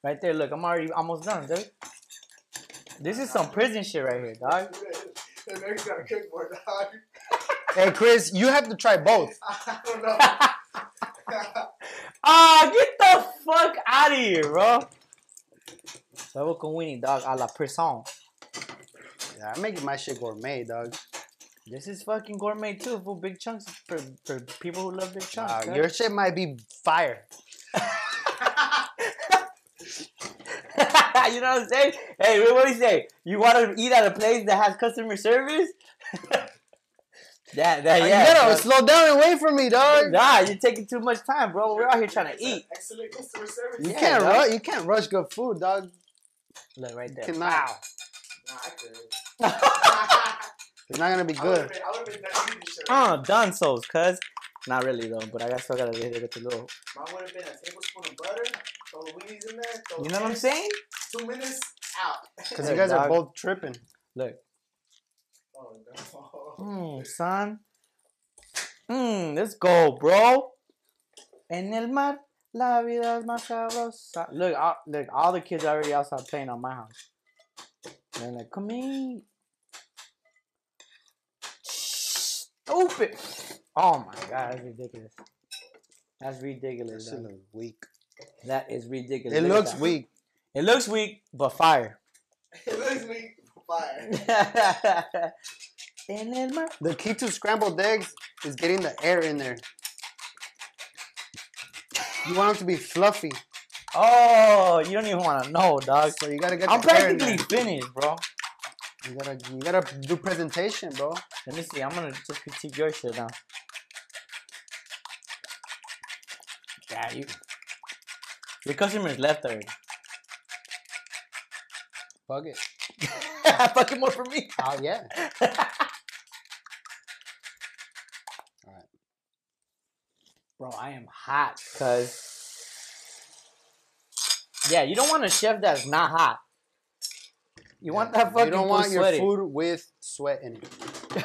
[SPEAKER 2] Right there, look, I'm already almost done, dude. This is some prison shit right here, dog.
[SPEAKER 3] The next guy cook more, dog.
[SPEAKER 1] hey, Chris, you have to try both.
[SPEAKER 3] I don't know.
[SPEAKER 2] Ah, get the fuck out of here, bro. Huevo con Winnie, dog, a la prison.
[SPEAKER 1] Yeah, I'm making my shit gourmet, dog.
[SPEAKER 2] This is fucking gourmet too, for big chunks for, for people who love big chunks.
[SPEAKER 1] Wow,
[SPEAKER 2] cuz.
[SPEAKER 1] your shit might be fire.
[SPEAKER 2] you know what I'm saying? Hey, what do you say? You want to eat at a place that has customer service? that, that,
[SPEAKER 1] you
[SPEAKER 2] yeah.
[SPEAKER 1] gotta
[SPEAKER 2] bro.
[SPEAKER 1] slow down and wait for me, dog.
[SPEAKER 2] Nah, you're taking too much time, bro. We're out here trying to eat.
[SPEAKER 3] Excellent customer service.
[SPEAKER 1] You
[SPEAKER 2] Yeah,
[SPEAKER 1] can't
[SPEAKER 2] dog.
[SPEAKER 1] rush. You can't rush good food, dog.
[SPEAKER 2] Look right there.
[SPEAKER 1] Cannot.
[SPEAKER 3] Nah, I could.
[SPEAKER 1] It's not gonna be
[SPEAKER 3] I would've
[SPEAKER 1] good.
[SPEAKER 3] been- I would have been that easy shirt.
[SPEAKER 2] Uh, done souls, cuz. Not really though, but I got still gotta hit it with a little.
[SPEAKER 3] Mine would have been a tablespoon of butter, throw the weenies in there, throw
[SPEAKER 2] You know what I'm
[SPEAKER 3] eggs,
[SPEAKER 2] saying?
[SPEAKER 3] Two minutes out.
[SPEAKER 1] Cause you guys are
[SPEAKER 2] Dog.
[SPEAKER 1] both tripping.
[SPEAKER 2] Look.
[SPEAKER 3] Oh, no.
[SPEAKER 2] Mmm, son. Mmm, let's go, bro. En el mar, la vida es más sabrosa. Look, all, look, all the kids already outside playing on my house. They're like, come in. Stupid. Oh my god, that's ridiculous. That's
[SPEAKER 1] That
[SPEAKER 2] ridiculous.
[SPEAKER 1] shit
[SPEAKER 2] dog.
[SPEAKER 1] looks weak.
[SPEAKER 2] That is ridiculous.
[SPEAKER 1] It
[SPEAKER 2] Look at
[SPEAKER 1] looks
[SPEAKER 2] that.
[SPEAKER 1] weak.
[SPEAKER 2] It looks weak, but fire.
[SPEAKER 3] It looks me fire.
[SPEAKER 2] En el mar.
[SPEAKER 1] The key to scrambled eggs is getting the air in there. You want them to be fluffy,
[SPEAKER 2] Oh, you don't even want to know, dog.
[SPEAKER 1] so you gotta get.
[SPEAKER 2] I'm
[SPEAKER 1] the air in
[SPEAKER 2] practically finished, bro.
[SPEAKER 1] there. You gotta, you gotta do presentation, bro.
[SPEAKER 2] Let me see. I'm gonna just critique your shit now. Yeah, you. Your customers left already.
[SPEAKER 1] Fuck it.
[SPEAKER 2] Fucking more for me.
[SPEAKER 1] Oh yeah.
[SPEAKER 2] Bro, I am hot, cause. Yeah, you don't want a chef that's not hot. You want that fucking
[SPEAKER 1] You don't want
[SPEAKER 2] food
[SPEAKER 1] your
[SPEAKER 2] sweaty.
[SPEAKER 1] food with sweat in it.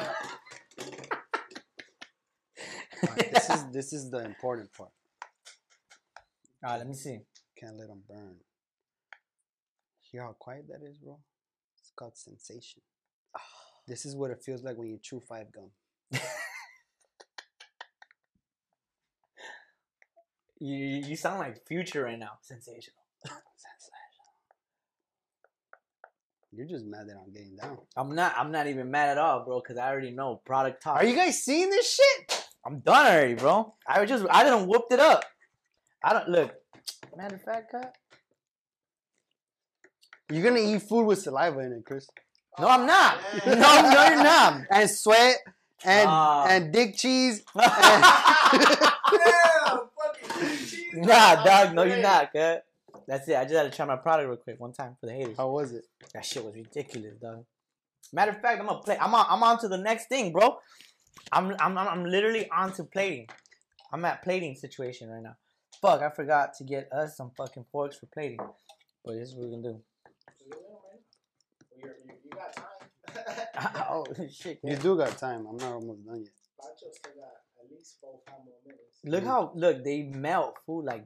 [SPEAKER 1] Alright, this is this is the important part.
[SPEAKER 2] All right, let me see.
[SPEAKER 1] Can't let them burn. Hear how quiet that is, bro? It's called sensation. This is what it feels like when you chew five gum.
[SPEAKER 2] You you you sound like Future right now. Sensational.
[SPEAKER 1] You're just mad that I'm getting down.
[SPEAKER 2] I'm not. I'm not even mad at all, bro. Cause I already know product talk.
[SPEAKER 1] Are you guys seeing this shit?
[SPEAKER 2] I'm done already, bro. I was just. I didn't whooped it up. I don't look. Matter of fact, cut.
[SPEAKER 1] You're gonna eat food with saliva in it, Chris.
[SPEAKER 2] No, I'm not. No,
[SPEAKER 3] man.
[SPEAKER 2] no, you're not.
[SPEAKER 1] And sweat and
[SPEAKER 2] Nah.
[SPEAKER 1] and dick cheese.
[SPEAKER 3] Damn, fucking cheese.
[SPEAKER 2] nah, dog. No, you're not, cut. That's it. I just had to try my product real quick one time for the haters.
[SPEAKER 1] How was it?
[SPEAKER 2] That shit was ridiculous, dog. Matter of fact, I'm gonna play. I'm on. I'm on to the next thing, bro. I'm. I'm. I'm, I'm literally on to plating. I'm at plating situation right now. Fuck, I forgot to get us some fucking forks for plating. But this is what we're gonna do.
[SPEAKER 3] You're, you, you got time.
[SPEAKER 2] oh shit!
[SPEAKER 1] You do got time. I'm not almost done yet.
[SPEAKER 3] Nacho still got at least four, five more minutes.
[SPEAKER 2] Look
[SPEAKER 1] Mm.
[SPEAKER 2] how look they melt food like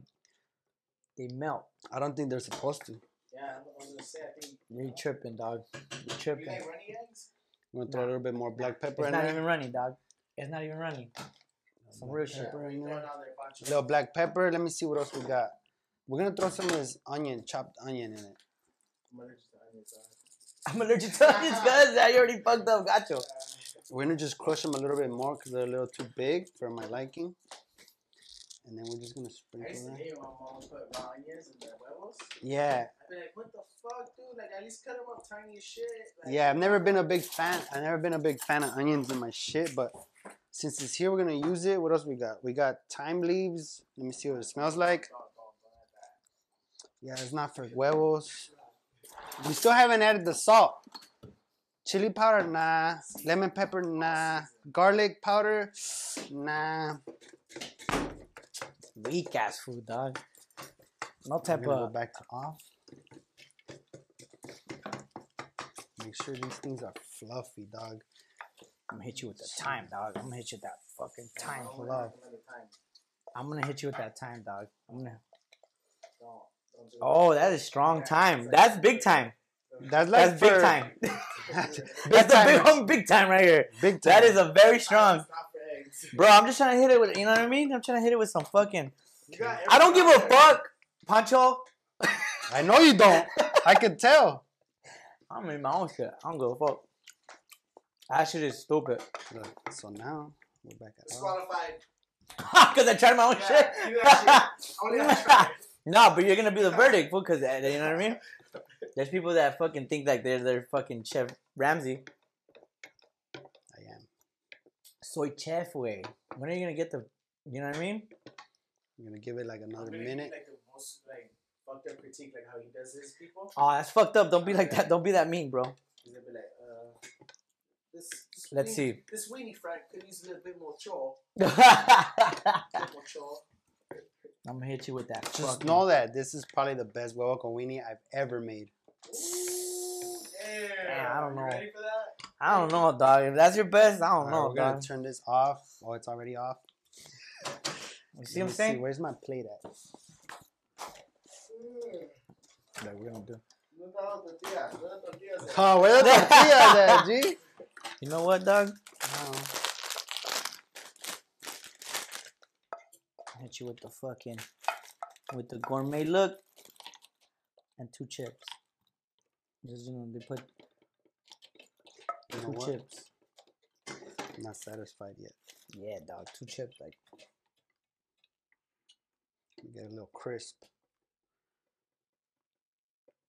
[SPEAKER 2] they melt.
[SPEAKER 1] I don't think they're supposed to.
[SPEAKER 3] Yeah, I was gonna say, I think.
[SPEAKER 2] You're tripping, dog. You're
[SPEAKER 3] You
[SPEAKER 2] tripping.
[SPEAKER 3] like runny eggs?
[SPEAKER 1] I'm gonna throw a little bit more black
[SPEAKER 2] It's
[SPEAKER 1] pepper in
[SPEAKER 2] not
[SPEAKER 1] there.
[SPEAKER 2] even running, dog. It's not even running. Some real shit.
[SPEAKER 3] Yeah, we going out there, Pancho.
[SPEAKER 1] little black pepper. Let me see what else we got. We're gonna throw some of this onion, chopped onion in it.
[SPEAKER 3] I'm allergic to onions, uh,
[SPEAKER 2] I'm allergic to onions, cuz I already fucked up gacho.
[SPEAKER 1] We're gonna just crush them a little bit more because they're a little too big for my liking. And then we're just gonna
[SPEAKER 3] I used
[SPEAKER 1] sprinkle
[SPEAKER 3] to
[SPEAKER 1] that.
[SPEAKER 3] hate when my mom put raw onions in the huevos.
[SPEAKER 1] Yeah,
[SPEAKER 3] I'd be like, what the fuck, dude? Like, at least cut them up tiny as shit. Like,
[SPEAKER 1] yeah. I've never been a big fan. I've never been a big fan of onions in my shit, but since it's here, we're gonna use it. What else we got? We got thyme leaves. Let me see what it smells like.
[SPEAKER 3] dog, dog, dog, dog.
[SPEAKER 1] Yeah, it's not for huevos. We still haven't added the salt. Chili powder, nah. Lemon pepper, nah. Garlic powder, nah.
[SPEAKER 2] Weak ass food, dog. No
[SPEAKER 1] I'm
[SPEAKER 2] type
[SPEAKER 1] gonna go
[SPEAKER 2] of.
[SPEAKER 1] back to off. Make sure these things are fluffy, dog.
[SPEAKER 2] I'm gonna hit you with the time, dog. I'm gonna hit you with that fucking time,
[SPEAKER 3] Don't
[SPEAKER 2] love.
[SPEAKER 3] recommend the time.
[SPEAKER 2] I'm gonna hit you with that time, dog. I'm gonna.
[SPEAKER 3] Don't- don't do
[SPEAKER 2] Oh, that is strong time. That's big time.
[SPEAKER 1] That's like
[SPEAKER 2] That's big
[SPEAKER 1] for-
[SPEAKER 2] time.
[SPEAKER 1] big
[SPEAKER 2] That's a
[SPEAKER 1] time.
[SPEAKER 2] big one, big time right here.
[SPEAKER 1] Big time.
[SPEAKER 2] That is a very
[SPEAKER 3] it.
[SPEAKER 2] strong,
[SPEAKER 3] It's not for eggs.
[SPEAKER 2] bro. I'm just trying to hit it with. You know what I mean? I'm trying to hit it with some fucking.
[SPEAKER 3] You got
[SPEAKER 2] I don't give a
[SPEAKER 3] everything.
[SPEAKER 2] fuck, Pancho.
[SPEAKER 1] I know you don't. I could tell.
[SPEAKER 2] I'm in my own shit. I don't give a fuck. That shit is stupid.
[SPEAKER 1] Look, so now we're back at off.
[SPEAKER 3] Disqualified.
[SPEAKER 2] Cause I tried my own
[SPEAKER 3] Yeah,
[SPEAKER 2] shit.
[SPEAKER 3] you that Only I tried.
[SPEAKER 2] nah, but you're gonna be the verdict, fool, cause uh, you know what I mean. There's people that fucking think like they're they're fucking Chef Ramsey.
[SPEAKER 1] I am.
[SPEAKER 2] Soy chef way. When are you gonna get the? You know what I mean?
[SPEAKER 1] I'm gonna give it like
[SPEAKER 3] I'm
[SPEAKER 1] another
[SPEAKER 3] gonna be
[SPEAKER 1] minute.
[SPEAKER 3] Like the most like fucked up critique, like how he does his people.
[SPEAKER 2] Oh, that's fucked up. Don't be like that. Don't be that mean, bro.
[SPEAKER 3] He's gonna be like, uh, this. this
[SPEAKER 2] Let's
[SPEAKER 3] weenie,
[SPEAKER 2] see.
[SPEAKER 3] This weenie Frank could use a little bit more chore. A
[SPEAKER 2] I'm
[SPEAKER 3] little more chore.
[SPEAKER 2] gonna hit you with that.
[SPEAKER 1] Just
[SPEAKER 2] fucking-
[SPEAKER 1] know that this is probably the best huevo con weenie I've ever made.
[SPEAKER 3] Ooh, damn.
[SPEAKER 2] I don't
[SPEAKER 3] You
[SPEAKER 2] know.
[SPEAKER 3] Ready for that?
[SPEAKER 2] I don't know, dog. If that's your best, I don't
[SPEAKER 1] Alright,
[SPEAKER 2] know,
[SPEAKER 1] we're
[SPEAKER 2] Oh, dog.
[SPEAKER 1] gonna turn this off. Oh, it's already off.
[SPEAKER 2] you see
[SPEAKER 1] Let
[SPEAKER 2] what
[SPEAKER 1] me
[SPEAKER 2] I'm saying?
[SPEAKER 1] Where's my plate at?
[SPEAKER 3] Mm.
[SPEAKER 2] Like, we're gonna do.
[SPEAKER 3] Look at all the tortillas. Look at the tortillas.
[SPEAKER 1] Oh, where's the tortillas at, G?
[SPEAKER 2] You know what, dog?
[SPEAKER 1] Oh.
[SPEAKER 2] Hit you with the fucking, with the gourmet look, and two chips. Just you know, they put
[SPEAKER 1] You know
[SPEAKER 2] two
[SPEAKER 1] what?
[SPEAKER 2] chips.
[SPEAKER 1] I'm not satisfied yet.
[SPEAKER 2] Yeah, dog. Two chips, like
[SPEAKER 1] We get a little crisp.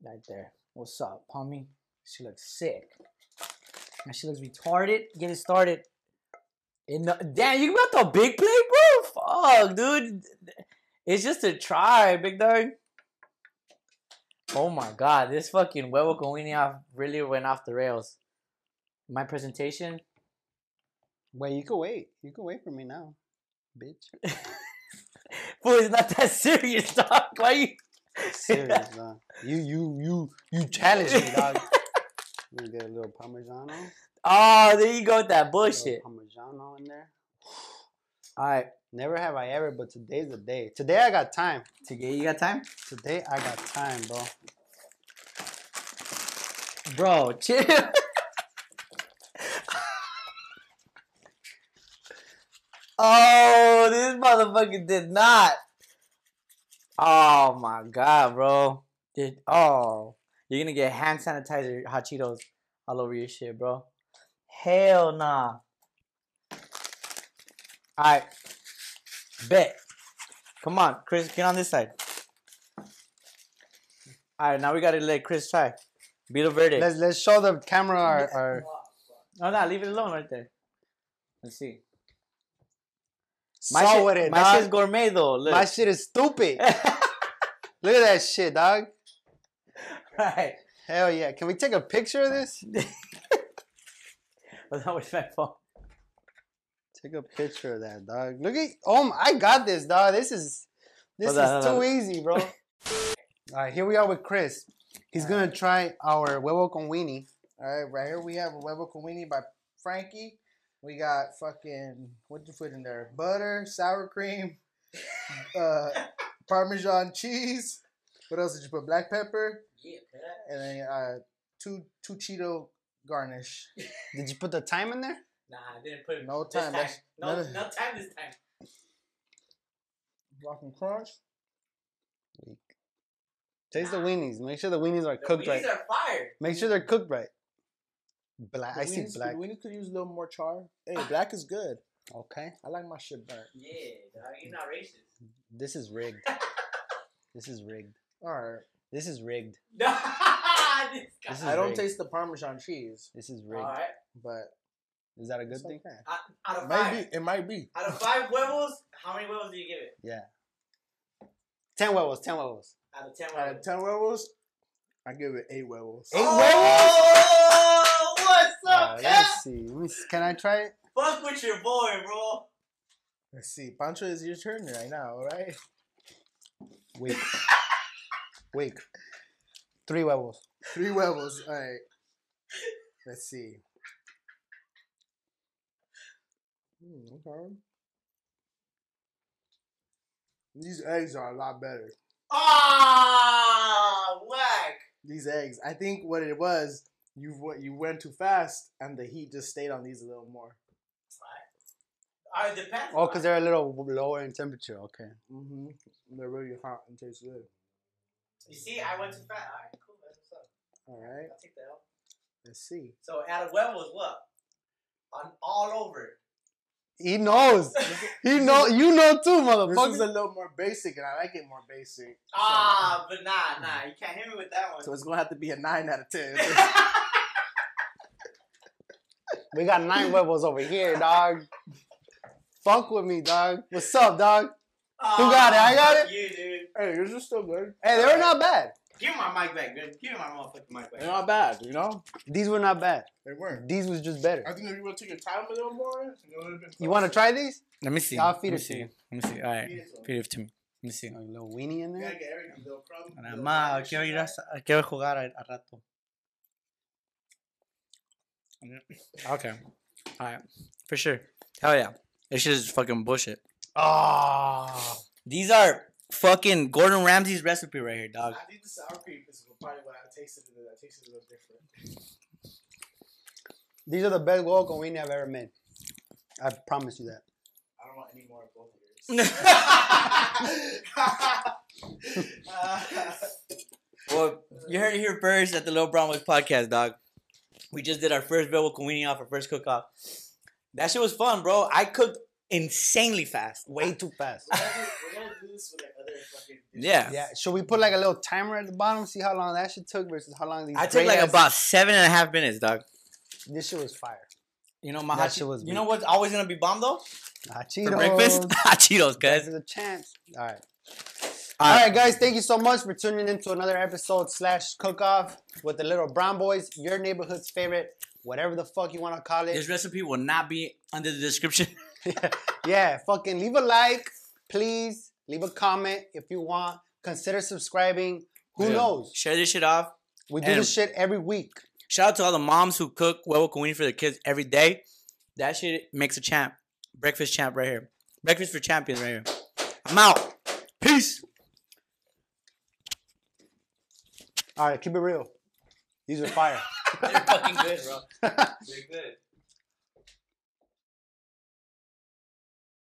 [SPEAKER 2] right there. What's up, Pommy? She looks sick. And she looks retarded. Get it started. In the, damn, you got the big plate, bro. Fuck, dude. It's just a try, big dog. Oh my god, this fucking huevo con weenie off really went off the rails. My presentation.
[SPEAKER 1] Wait, you can wait. You can wait for me now, bitch.
[SPEAKER 2] Fool, it's not that serious, dog. Why you?
[SPEAKER 1] I'm serious, dog. You, you, you, you challenge me, dog. I'm gonna get a little parmesan.
[SPEAKER 2] Oh, there you go with that bullshit.
[SPEAKER 1] Parmesan in there.
[SPEAKER 2] All right,
[SPEAKER 1] Never have I ever, but today's the day. Today I got time.
[SPEAKER 2] today you got time?
[SPEAKER 1] Today I got time, bro.
[SPEAKER 2] Bro, chill. oh, this motherfucker did not. Oh my god, bro. Did oh, you're gonna get hand sanitizer, hot Cheetos, all over your shit, bro. Hell nah. All right, bet. Come on, Chris, get on this side. All right, now we gotta let Chris try. Be the verdict.
[SPEAKER 1] Let's let's show the camera our, our
[SPEAKER 2] No, no, Oh, leave it alone right there. Let's see. My
[SPEAKER 1] saw
[SPEAKER 2] shit,
[SPEAKER 1] with it,
[SPEAKER 2] my
[SPEAKER 1] dog.
[SPEAKER 2] shit's gourmet though. Look.
[SPEAKER 1] My shit is stupid. Look at that shit, dog.
[SPEAKER 2] right.
[SPEAKER 1] Hell yeah. Can we take a picture of this?
[SPEAKER 2] Well, that was my fault.
[SPEAKER 1] Take a picture of that, dog. Look at oh, my, I got this, dog. This is this
[SPEAKER 2] Hold on,
[SPEAKER 1] is
[SPEAKER 2] hold
[SPEAKER 1] too easy, bro. All right, here we are with Chris. He's gonna try our huevo con weenie.
[SPEAKER 3] All right, right here we have a huevo con weenie by Frankie. We got fucking what you put in there? Butter, sour cream, uh, Parmesan cheese, What else did you put? Black pepper
[SPEAKER 4] Yeah,
[SPEAKER 3] and then uh, two two Cheeto garnish.
[SPEAKER 1] Did you put the time in there?
[SPEAKER 4] Nah, I didn't put it.
[SPEAKER 3] No
[SPEAKER 4] this
[SPEAKER 3] time,
[SPEAKER 4] time.
[SPEAKER 3] that's-
[SPEAKER 4] No,
[SPEAKER 3] that is-
[SPEAKER 4] no time this time.
[SPEAKER 3] Rockin' crunch.
[SPEAKER 1] Taste the weenies. Make sure the weenies are
[SPEAKER 4] The
[SPEAKER 1] cooked
[SPEAKER 4] Wheaties
[SPEAKER 1] right.
[SPEAKER 4] are fire.
[SPEAKER 1] Make sure they're cooked right. Black.
[SPEAKER 3] The
[SPEAKER 1] I see
[SPEAKER 3] Wheaties-
[SPEAKER 1] black.
[SPEAKER 3] the Wheaties could use a little more char. Hey, black is good.
[SPEAKER 1] Okay.
[SPEAKER 3] I like my shit burnt.
[SPEAKER 4] Yeah, dog, you're not racist.
[SPEAKER 1] This is rigged. this is rigged.
[SPEAKER 3] All right.
[SPEAKER 1] This is rigged.
[SPEAKER 4] Nah, this guy.
[SPEAKER 1] This is
[SPEAKER 3] I don't
[SPEAKER 1] rigged.
[SPEAKER 3] taste the Parmesan cheese,
[SPEAKER 1] This is
[SPEAKER 4] All
[SPEAKER 1] rigged.
[SPEAKER 4] right,
[SPEAKER 3] but
[SPEAKER 1] Is that a good
[SPEAKER 3] it's
[SPEAKER 1] thing?
[SPEAKER 3] okay.
[SPEAKER 4] out
[SPEAKER 3] It
[SPEAKER 4] of
[SPEAKER 3] might
[SPEAKER 4] five,
[SPEAKER 3] be. It might be.
[SPEAKER 4] out of five huevos, how many huevos do you give it?
[SPEAKER 1] Ten huevos. Ten huevos.
[SPEAKER 4] Out of ten
[SPEAKER 3] Out of
[SPEAKER 4] huevos.
[SPEAKER 3] ten huevos, I give it eight huevos.
[SPEAKER 1] Eight
[SPEAKER 4] Oh, what's
[SPEAKER 1] Uh,
[SPEAKER 4] up, Cap?
[SPEAKER 1] let's see. Let me s- Can I try it?
[SPEAKER 4] Fuck with your boy, bro.
[SPEAKER 3] Let's see. Pancho is your turn right now, right?
[SPEAKER 1] Weak. Weak. Three huevos.
[SPEAKER 3] Three huevos. All right. Let's see. Hmm, okay. These eggs are a lot better.
[SPEAKER 4] Ah, whack.
[SPEAKER 3] These eggs. I think what it was, you what you went too fast, and the heat just stayed on these a little more.
[SPEAKER 4] All right, depends.
[SPEAKER 1] Oh, because they're a little w- lower in temperature. Okay.
[SPEAKER 3] Mm-hmm. They're really hot and taste good.
[SPEAKER 4] you see, I went too fast. All right, cool. That's what's up.
[SPEAKER 3] All right.
[SPEAKER 4] I'll take the L.
[SPEAKER 3] Let's see.
[SPEAKER 4] So out of huevos, what? On all over.
[SPEAKER 1] He knows. He know. You know too,
[SPEAKER 3] This is a
[SPEAKER 1] motherfucker.
[SPEAKER 3] little more basic, and I like it more basic.
[SPEAKER 4] Ah, but nah, nah, you can't hit me with that one.
[SPEAKER 3] So it's gonna have to be a nine out of ten.
[SPEAKER 1] We got nine huevos over here, dog. Fuck with me, dog. What's up, dog? Who got it? I got
[SPEAKER 3] Ah,
[SPEAKER 4] it. You, dude.
[SPEAKER 3] hey, yours is still good.
[SPEAKER 1] Hey, they were not bad.
[SPEAKER 4] Give me my mic back, dude. Give me my motherfucking mic back.
[SPEAKER 3] They're not bad, you know.
[SPEAKER 1] These were not bad.
[SPEAKER 3] They weren't.
[SPEAKER 1] These was just better.
[SPEAKER 3] I think if you would have took your time a little more, it would have been.
[SPEAKER 1] You want to
[SPEAKER 3] closer.
[SPEAKER 1] try these?
[SPEAKER 2] Let me see.
[SPEAKER 1] I'll feed it to
[SPEAKER 2] Let me see.
[SPEAKER 1] you.
[SPEAKER 2] Let me see. All right.
[SPEAKER 4] Beautiful.
[SPEAKER 2] Feed it to me. Let me see.
[SPEAKER 1] A little weenie in
[SPEAKER 3] You
[SPEAKER 1] there.
[SPEAKER 3] gotta get everything, little crumb,
[SPEAKER 2] Nada
[SPEAKER 3] little
[SPEAKER 2] más,
[SPEAKER 3] garnish,
[SPEAKER 2] quiero ir a,
[SPEAKER 3] right?
[SPEAKER 2] quiero jugar al, al rato.
[SPEAKER 4] Mm.
[SPEAKER 2] Okay. All right. For sure. Hell yeah. This shit is fucking bullshit.
[SPEAKER 4] Ah.
[SPEAKER 1] Oh.
[SPEAKER 2] These are fucking Gordon Ramsay's recipe right here, dog.
[SPEAKER 3] I think the sour cream is probably what I tasted. It I tasted it a little different.
[SPEAKER 1] These are the best guaco weenie I've ever made. I promise you that.
[SPEAKER 3] I don't want any more of both of yours. Uh,
[SPEAKER 2] well, you heard it here first at the Little Brown Boys podcast, dog. We just did our first Velvet Weenie off, our first cook off. That shit was fun, bro. I cooked insanely fast.
[SPEAKER 1] Way too fast.
[SPEAKER 3] We're gonna do this with our other fucking.
[SPEAKER 2] Yeah.
[SPEAKER 1] Yeah. Should we put like a little timer at the bottom, see how long that shit took versus how long these?
[SPEAKER 2] I took like
[SPEAKER 1] great-ass-
[SPEAKER 2] about seven and a half minutes, dog.
[SPEAKER 1] This shit was fire.
[SPEAKER 2] You know, my
[SPEAKER 1] That
[SPEAKER 2] hot
[SPEAKER 1] shit was
[SPEAKER 2] You know what's always gonna be bomb though?
[SPEAKER 1] Hot
[SPEAKER 2] For
[SPEAKER 1] Cheetos.
[SPEAKER 2] breakfast? Hot Cheetos,
[SPEAKER 1] This
[SPEAKER 2] guys.
[SPEAKER 1] is a chance. All right.
[SPEAKER 2] All
[SPEAKER 1] All
[SPEAKER 2] right.
[SPEAKER 1] right, guys. Thank you so much for tuning in to another episode slash cook off with the Little Brown Boys, your neighborhood's favorite, whatever the fuck you want to call it.
[SPEAKER 2] This recipe will not be under the description.
[SPEAKER 1] yeah, fucking leave a like, please. Leave a comment if you want. Consider subscribing. Who
[SPEAKER 2] Yeah.
[SPEAKER 1] knows?
[SPEAKER 2] Share this shit off.
[SPEAKER 1] We do
[SPEAKER 2] And-
[SPEAKER 1] this shit every week.
[SPEAKER 2] Shout out to all the moms who cook huevo con weenie for their kids every day. That shit makes a champ. Breakfast champ right here. Breakfast for champions right here. I'm out. Peace.
[SPEAKER 1] All right, keep it real. These are fire.
[SPEAKER 4] They're fucking good, bro. They're good.